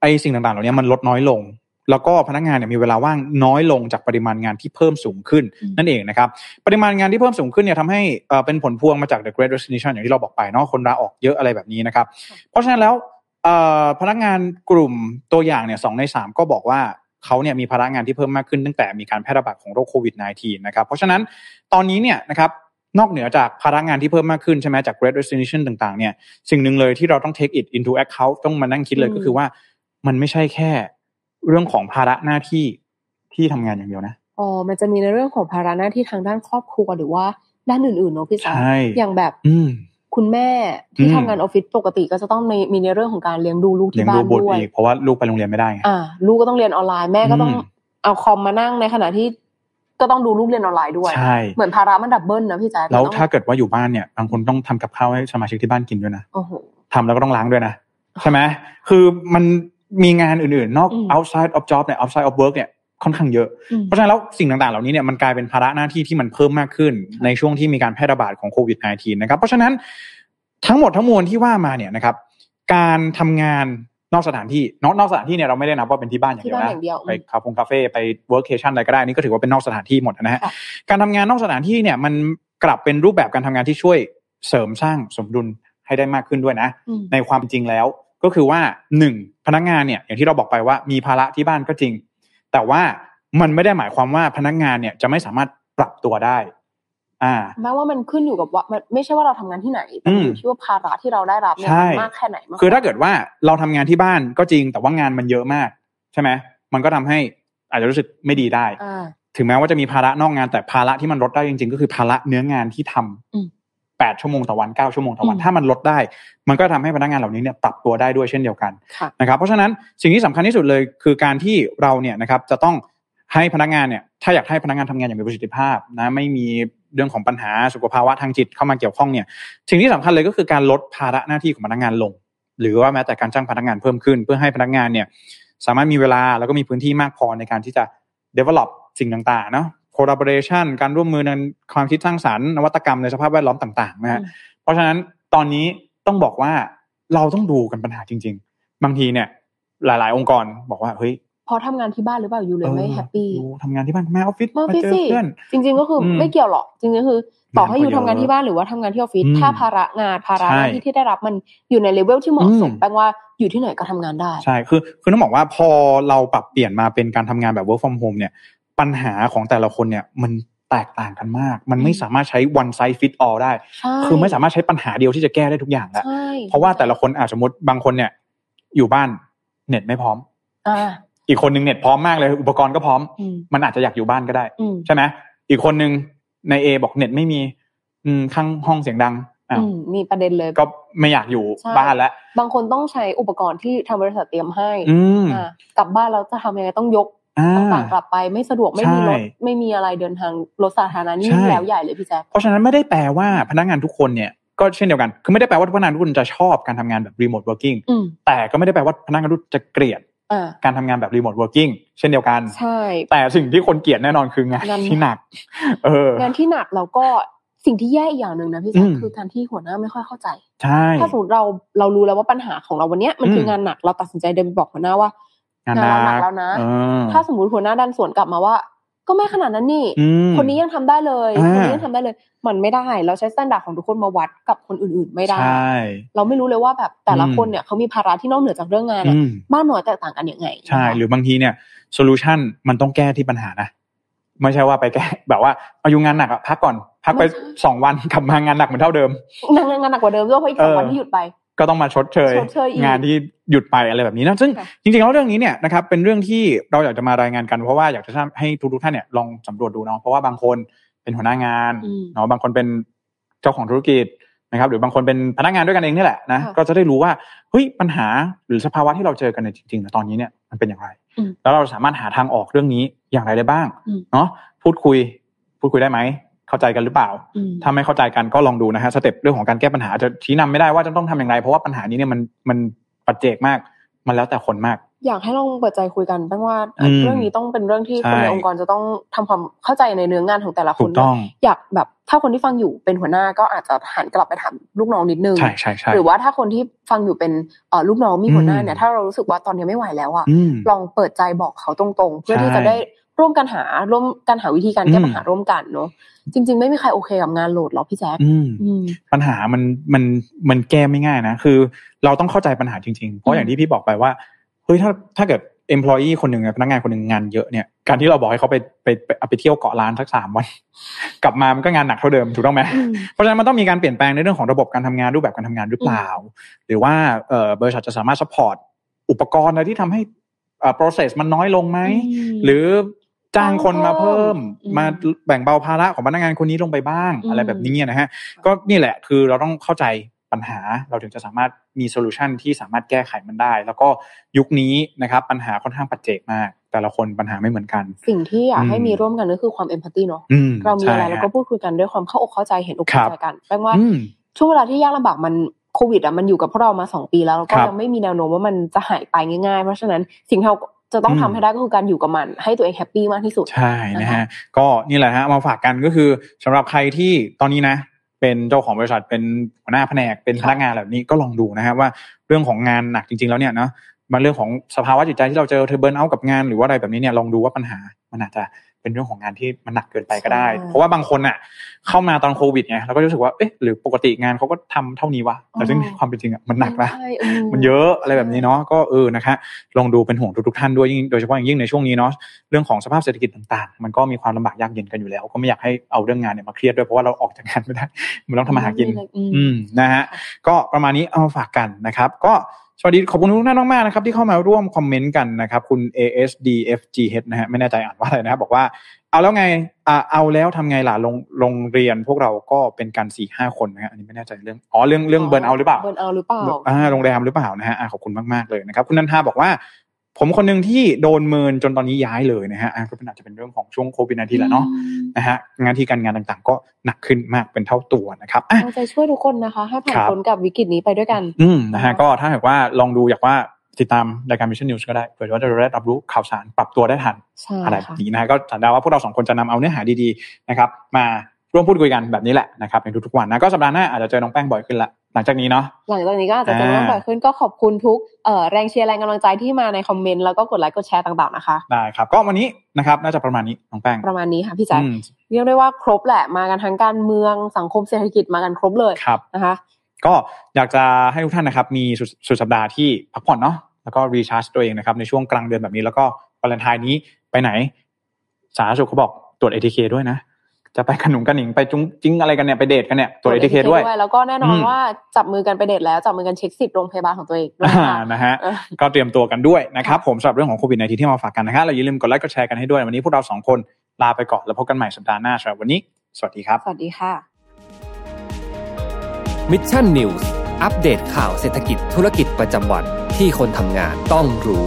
ไอ้สิ่งต่างๆ เหล่านี้มันลดน้อยลง แล้วก็พนักงานเนี่ยมีเวลาว่างน้อยลงจากปริมาณงานที่เพิ่มสูงขึ้นนั่นเองนะครับ ปริมาณงานที่เพิ่มสูงขึ้นเนี่ยทำให้เอ่อเป็นผลพวงมาจาก The Great Resignation อย่างที่เราบอกไปเนาะคนลาออกเยอะอะไรแบบนี้นะครับ เพราะฉะนั้นแล้วเอ่อพนักงานกลุ่มตัวอย่างเนี่ยสองในสามก็บอกว่า เขาเนี่ยมีภาระงานที่เพิ่มมากขึ้นตั้งแต่มีการแพร่ระบาดของโรคโควิด -19 นะครับ เพราะฉะนั้นตอนนี้เนี่ยนะครับนอกเหนือจากภาระงานที่เพิ่มมากขึ้นใช่ไหมจาก red recognition ต่างๆเนี่ยสิ่งหนึ่งเลยที่เราต้อง take it into account ต้องมานั่งคิดเลย อืม ก็คือว่ามันไม่ใช่แค่เรื่องของภาระหน้าที่ที่ทำงานอย่างเดียวนะ อ๋อมันจะมีในเรื่องของภาระหน้าที่ทางด้านครอบครัวหรือว่าด้านอื่นๆเนาะพี่แจ๊ค ใช่ อย่างแบบ อืม คุณแม่ที่ อืม ทำงานออฟฟิศปกติก็จะต้องมีมีในเรื่องของการเลี้ยงดูลูก เลี้ย ที่ ง บ้า ดู น บุตร ด้วย อีกเพราะว่าลูกไปโรงเรียนไม่ได้ไง อ่า ลูกก็ต้องเรียนออนไลน์แม่ก็ต้อง อืม เอาคอมมานั่งในขณะที่ก็ต้องดูลูกเรียนออนไลน์ด้วย ใช่ เหมือนภาระมันดับเบิลนะพี่แจ๊ค แล้ว มันต้อง ถ้าเกิดว่าอยู่บ้านเนี่ยบางคนต้องทำกับข้าวให้สมาชิกที่บ้านกินด้วยนะ โอ้โห ทำแล้วก็ต้องล้างด้วยนะ ใช่ไหมคือมันมีงานอื่นๆ นอก อืม outside of job เนี่ย outside of work เนี่ยค่อนข้างเยอะ อืม เพราะฉะนั้นแล้วสิ่งต่างๆ เหล่านี้เนี่ยมันกลายเป็นภาระหน้าที่ที่มันเพิ่มมากขึ้น ในช่วงที่มีการแพร่ระบาดของโควิด -19 นะครับ เพราะฉะนั้นทั้งหมดทั้งมวลที่ว่ามาเนี่ยนะครับ การทำงานนอกสถานที่นอกนอกสถานที่เนี่ยเราไม่ได้นับว่าเป็นที่บ้านอย่างเดียว ที่บ้า นะ นอย่างเดียว ไปคาเฟ่คาเฟ่ไปเวิร์กเคชั่นอะไรก็ได้นี่ก็ถือว่าเป็นนอกสถานที่หมดนะฮะ ค่ะ การทำงานนอกสถานที่เนี่ยมันกลับเป็นรูปแบบการทำงานที่ช่วยเสริมสร้างสมดุลให้ได้มากขึ้นด้วยนะ อืม ในความเป็นจริงแล้วก็คือว่าหนึ่งพนักงานเนี่ยอย่างที่เราบอกไปว่ามีภาระที่บ้านก็จริง แต่ว่ามันไม่ได้หมายความว่าพนักงานเนี่ยจะไม่สามารถปรับตัวได้ อ่า แม้ว่ามันขึ้นอยู่กับว่ามันไม่ใช่ว่าเราทำงานที่ไหนแต่มันอ อื ยู่ ม ที่ว่าภาระที่เราได้รับเนี่ย ใช่ มันมากแค่ไหนมาก คือถ้าเกิดว่าเราทำงานที่บ้านก็จริง แต่ว่างานมันเยอะมาก ใช่ไหมมันก็ทำให้อาจจะรู้สึกไม่ดีได้ อ่า ถึงแม้ว่าจะมีภาระนอกงานแต่ภาระที่มันลดได้จริง ๆ ก็คือภาระเนื้องานที่ท อืม ำแปดชั่วโมงต่อวันเก้าชั่วโมงต่อวัน อืม ถ้ามันลดได้ มันก็ทำให้พนักงานเหล่านี้เนี่ยปรับตัวได้ด้วยเช่นเดียวกัน ค่ะ นะครับเพราะฉะนั้นสิ่งที่สำคัญที่สุดเลยคือการที่เราเนี่ยนะครับจะต้องให้พนักงานเนี่ยถ้าอยากให้พนักงานทำงานอย่างมีประสิทธิภาพนะไม่มีเรื่องของปัญหาสุขภาวะทางจิตเข้ามาเกี่ยวข้องเนี่ยสิ่งที่สำคัญเลยก็คือการลดภาระหน้าที่ของพนักงานลง หรือว่าแม้แต่การจ้างพนักงานเพิ่มขึ้น เพื่อให้พนักงานเนี่ยสามารถมีเวลาแล้วก็มีพื้นที่มากพอในการที่จะ develop สิ่งต่างๆเนาะ collaboration การร่วมมือในความคิดสร้างสรรค์นวัตกรรมในสภาพแวดล้อมต่างๆนะฮะ อืม เพราะฉะนั้นตอนนี้ต้องบอกว่าเราต้องดูกันปัญหาจริง ๆ บางทีเนี่ยหลาย ๆ องค์กรบอกว่าเฮ้ย เพราะทำงานที่บ้านหรือเปล่าอยู่เลยไม่ ออ แฮปปี้ อยู่ทำงานที่บ้านมาออฟฟิศ มาออฟ มา ฟิศ เจอ สิ เพื่อน จริง ๆ ก็คืออ ม ไม่เกี่ยวหรอกจริงๆก็คือ ต่อให้อยู่ งานก็เยอะ ทำงานที่บ้านหรือว่าทำงานที่ออฟฟิศ อืม ถ้าภาระงานภาระหน้าที่ ใช่ ที่ได้รับมันอยู่ในเลเวลที่เหมาะสม อืม แปลว่าอยู่ที่ไหนก็ทำงานได้ ใช่คือคือต้องบอกว่าพอเราปรับเปลี่ยนมาเป็นการทำงานแบบ work from home เนี่ยปัญหาของแต่ละคนเนี่ยมันแตกต่างกันมาก มันไม่ อืม สามารถใช้ one size fit all ได้ ใช่ คือไม่สามารถใช้ปัญหาเดียวที่จะแก้ได้ทุกอย่างแล้ว ใช่ เพราะว่าแต่ละคนอาจสมมติบางคนเนี่ยอยู่บ้านเน็ตไม่พร้อม อ่า อีกคนนึงเน็ตพร้อมมากเลยอุปกรณ์ก็พร้อม อืม มันอาจจะอยากอยู่บ้านก็ได้ อืม ใช่ไหมอีกคนนึงในเอบอกเน็ตไม่มี อืมข้างห้องเสียงดังอ้าว อืมมีประเด็นเลย ก็ไม่อยากอยู่ ใช่ บ้านแล้ว บางคนต้องใช้อุปกรณ์ที่ทางบริษัทเตรียมให้ อืม อ่ากลับบ้านแล้วจะทำยังไงต้องยก อ่าต่างๆกลับไปไม่สะดวกไม่มีรถ ใช่ ไม่มีอะไรเดินทางรถสาธารณะนี่ ใช่ แล้วใหญ่เลยพี่แจ๊ค เพราะฉะนั้นไม่ได้แปลว่าพนักงานทุกคนเนี่ยก็เช่นเดียวกัน คือไม่ได้แปลว่าพนักงานทุกคนจะชอบการทำงานแบบรีโมทเวิร์กิ่ง อืม แต่ก็ไม่ได้แปลว่าพนักงานทุกคนจะเกลียด อ่า การทำงานแบบรีโมทเวิร์กิ่งเช่นเดียวกัน ใช่ แต่สิ่งที่คนเกลียดแน่นอนคืองาน งาน ที่หนัก เออ งานที่หนักแล้วก็สิ่งที่แย่อีกอย่างหนึ่งนะพี่แจ๊ค อืม คือการที่หัวหน้าไม่ค่อยเข้าใจ ใช่ ถ้าสมมติเราเรารู้แล้วว่าปัญหาของเราวันเนี้ยมันคืออ ม งานหนักเราตัดสินใจเดินไปบอกหัวหน้าว่า งาน งาน หนักเราหนักแล้วนะ เออ ถ้าสมมติหัวหน้าดันสวนกลับมาว่า ก็ไม่ขนาดนั้นนี่ อืม คนนี้ยังทำได้เลย อ่า คนนี้ยังทำได้เลย มันไม่ได้เราใช้สแตนดาร์ดของทุกคนมาวัดกับคนอื่นๆ ไม่ได้ ใช่ เราไม่รู้เลยว่าแบบแต่ละคนเนี่ยเขามีภาระที่นอกเหนือจากเรื่องงานเนี่ย อืม บ้านหน่อยแตกต่างกันยังไง ใช่ นะคะ หรือบางทีเนี่ยโซลูชันมันต้องแก้ที่ปัญหานะไม่ใช่ว่าไปแก้ แบบว่าเอาอยุงานหนักอะพักก่อน พักไป ไม่ใช่ สองวัน กลับมางานหนักเหมือนเท่าเดิม งานงานหนักกว่าเดิมด้วยเพราะอีกสอเองอ วันที่หยุดไป ก็ต้องมาชดเชย ชดเชยอีก งานที่หยุดไปอะไรแบบนี้นะซึ่ง ค่ะ จริงๆแล้วเรื่องนี้เนี่ยนะครับเป็นเรื่องที่เราอยากจะมารายงานกันเพราะว่าอยากจะให้ทุกๆท่านเนี่ยลองสำรวจดูเนาะเพราะว่าบางคนเป็นหัวหน้างาน อืม เนาะบางคนเป็นเจ้าของธุรกิจนะครับ หรือบางคนเป็นพนักงานด้วยกันเองนี่แหละนะ ค่ะ ก็จะได้รู้ว่าเฮ้ยปัญหาหรือสภาวะที่เราเจอกันในยจริงๆนะตอนนี้เนี่ยมันเป็นอย่างไร แล้วเราสามารถหาทางออกเรื่องนี้อย่างไรได้บ้าง อืม เนาะพูดคุย พูดคุยได้ไหม เข้าใจกันหรือเปล่า อืม ถ้าไม่เข้าใจกันก็ลองดูนะฮะสเต็ปเรื่องของการแก้ปัญหาอาจจะชี้นำไม่ได้ว่าจะต้องทำอย่างไร เพราะว่าปัญหานี้เนี่ยมันมันปัจเจกมาก มันแล้วแต่คนมาก อยากให้ลองเปิดใจคุยกันตั้งว่า อืม เรื่องนี้ต้องเป็นเรื่องที่ ใช่ คนในองค์กรจะต้องทำความเข้าใจในเนื้องานของแต่ละค ถู น กต้อง อยากแบบถ้าคนที่ฟังอยู่เป็นหัวหน้าก็อาจจะหันกลับไปถามลูกน้องนิดนึง ใช่ใช่ใช่ หรือว่าถ้าคนที่ฟังอยู่เป็นเอ่อลูกน้องมีหัวหน้า อืม เนี่ยถ้าเรารู้สึกว่าตอนนี้ไม่ไหวแล้วอะ อืม ลองเปิดใจบอกเขาตรงๆ เพื่อ ใช่ ที่จะได้ร่วมกันหาร่วมกันหาวิธีการแก้ อืม ปัญหาร่วมกันเนาะจริง ๆ ไม่มีใครโอเคกับงานโหลดหรอกพี่แจ๊ค อืม อืม ปัญหามันมันมันแก้ไม่ง่ายนะ คือเราต้องเข้าใจปัญหาจริงๆ เพ อื ราะ ม อย่างที่พี่บอกไปว่าเฮ้ยถ้าถ้าเกิด employee คนหนึ่งอะพนักงานคนหนึ่งงานเยอะเนี่ยการที่เราบอกให้เขาไปไปไปเอาไปเที่ยวเกาะล้านสักสามวัน กลับมามันก็งานหนักเท่าเดิมถูกต้องไหม อืม เพราะฉะนั้นมันต้องมีการเปลี่ยนแปลงในเรื่องของระบบการทำงานรูปแบบการทำงานหรือเปล่า หรือว่าเอ่อบริษัทจะสามารถ support อุปกรณ์อะไรที่ทำให้เอ่อ process มันน้อยลงไหม หรือจ้างคนมาเพิ่ม อืม มาแบ่งเบาภาระของพนักงานคนนี้ลงไปบ้าง อืม อะไรแบบนี้นะฮะ ก็นี่แหละคือเราต้องเข้าใจปัญหาเราถึงจะสามารถมีโซลูชันที่สามารถแก้ไขมันได้ แล้วก็ยุคนี้นะครับปัญหาค่อนข้างปัจเจกมาก แต่ละคนปัญหาไม่เหมือนกัน สิ่งที่อยากให้ อืม มีร่วมกันก็คือความเอมพัตตีเนาะ อืม เรามีอะไร ใช่ แล้วก็ ฮะ พูดคุยกันด้วยความเข้าอกเข้าใจเห็นอก ครับเข้าใจกันแปลว่า อืม ช่วงเวลาที่ยากลำบากมันโควิดอ่ะมันอยู่กับพวกเรามาสองปีแล้วแล้วก็ ครับ ยังไม่มีแนวโน้มว่ามันจะหายไปง่ายๆ เพราะฉะนั้นสิ่งที่เราจะต้องทำ อืม ให้ได้ก็คือการอยู่กับมัน ให้ตัวเองแฮปปี้มากที่สุด ใช่นะ นะคะ ฮะก็นี่แหละฮะมาฝากกันก็คือสำหรับใครที่ตอนนี้นะ เป็นเจ้าของบริษัทเป็นหัวหน้าแผนกเป็นพนักงานแบบนี้ก็ลองดูนะฮะว่าเรื่องของงานหนักจริง ๆ แล้วเนี่ยเนาะมันเรื่องของสภาวะจิตใจที่เราเจอเธอเบิร์นเอาท์กับงานหรือว่าอะไรแบบนี้เนี่ยลองดูว่าปัญหามันอาจจะเป็นเรื่องของงานที่มันหนักเกินไปก็ได้ ใช่ เพราะว่าบางคนอ่ะ เข้ามาตอนโควิดไงเราก็รู้สึกว่าเอ๊ะหรือปกติงานเขาก็ทำเท่านี้วะแต่ซึ่ง อ๋อ ความเป็นจริงอ่ะมันหนักนะ ใช่อ มันเยอะอะไรแบบนี้เนาะก็เออนะคะลองดูเป็นห่วงทุกๆท่านด้วยยิ่งโดยเฉพาะอย่างยิ่งในช่วงนี้เนาะเรื่องของสภาพเศรษฐกิจต่างๆ มันก็มีความลำบากยากเย็นกันอยู่แล้ว ก็ไม่อยากให้เอาเรื่องงานเนี่ยมาเครียดด้วยเพราะว่าเราออกจากงานไม่ได้มันต้องทำมาหากิน อืม อืมนะฮะก็ประมาณนี้เอามาฝากกันนะครับ ก็สวัสดีขอบคุณทุกท่านมากๆนะครับ ที่เข้ามาร่วมคอมเมนต์กันนะครับ คุณ ASDFGH นะฮะไม่แน่ใจอ่านว่าอะไรนะครับบอกว่า เอาแล้วไงอ่าเอาแล้วทำไงล่ะโรงโรงเรียนพวกเราก็เป็นกันสี่ห้าคนนะฮะอันนี้ไม่แน่ใจเรื่องอ๋อเรื่องเรื่องเบิร์นเอาหรือเปล่า เบิร์นเอาหรือเปล่า อ่าโรงแรมหรือเปล่านะฮะอ่าขอบคุณมากๆเลยนะครับคุณนันทาบอกว่า ผมคนหนึ่งที่โดนเมินจนตอนนี้ย้ายเลยนะฮะอ่าก็เป็นอาจจะเป็นเรื่องของช่วงโควิดนาทีแหละเนาะนะฮะงานที่การงานต่างๆ ก็หนักขึ้นมากเป็นเท่าตัวนะครับอ่ะ เอาใจช่วยทุกคนนะคะ ให้ผ่าน ครับ พ้นกับวิกฤตนี้ไปด้วยกัน อืมนะฮะก็ถ้าหากว่าลองดูอยากว่าติดตามรายการ Mission News ก็ได้เผื่อว่าจะได้รับรู้ข่าวสารปรับตัวได้ทัน ใช่ อะไรแบ ค่ะ บนี้นะฮะก็สัญญาว่าพวกเราสองคนจะนำเอาเนื้อหาดีๆนะครับมาร่วมพูดคุยกันแบบนี้แหละนะครับในทุกๆวันนะก็สัปดาห์หน้าอาจจะเจอน้องแป้งบ่อยขึ้นละหลังจากนี้เนาะ หลังจากนี้ก็อาจจะเจอ อ่า เรื่องบ่อยขึ้นก็ขอบคุณทุกเอ่อแรงเชียร์แรงกำลังใจที่มาในคอมเมนต์แล้วก็กดไลค์กดแชร์ต่างๆนะคะ ได้ครับก็วันนี้นะครับน่าจะประมาณนี้น้องแป้ง ประมาณนี้ค่ะพี่แจ๊ค อืม เรียกได้ว่าครบแหละมากันทั้งการเมืองสังคมเศรษฐกิจมากันครบเลย ครับ นะคะ ก็อยากจะให้ทุกท่านนะครับมีสุดสุดสัปดาห์ที่พักผ่อนเนาะแล้วก็รีชาร์จตัวเองนะครับในช่วงกลางเดือนแบบนี้แล้วก็วาเลนไทน์นี้ไปไหน สาธารณสุขเขาบอกตรวจเอทีเคด้วยนะ จะไปขนุนกันหนิงไปจุ้งจิ้งอะไรกันเนี่ยไปเดทกันเนี่ยตรวจเอทีเคด้วย แล้วก็แน่นอน อืม ว่าจับมือกันไปเดทแล้ว จับมือกันเช็คสิทธิ์โรงพยาบาลของตัวเองด้วย อ่า ค่ะ นะฮะ เออ ก็เตรียมตัวกันด้วยนะครับ ผมสำหรับเรื่องของโควิดในทีที่มาฝากกันนะฮะเราอย่าลืมกดไลค์กดแชร์กันให้ด้วยวันนี้พวกเราสองคนลาไปก่อนแล้วพบกันใหม่สัปดาห์หน้าสำหรับวันนี้ สวัสดีครับ สวัสดีค่ะ มิชชั่นนิวส์อัปเดตข่าวเศรษฐกิจธุรกิจประจำวันที่คนทำงานต้องรู้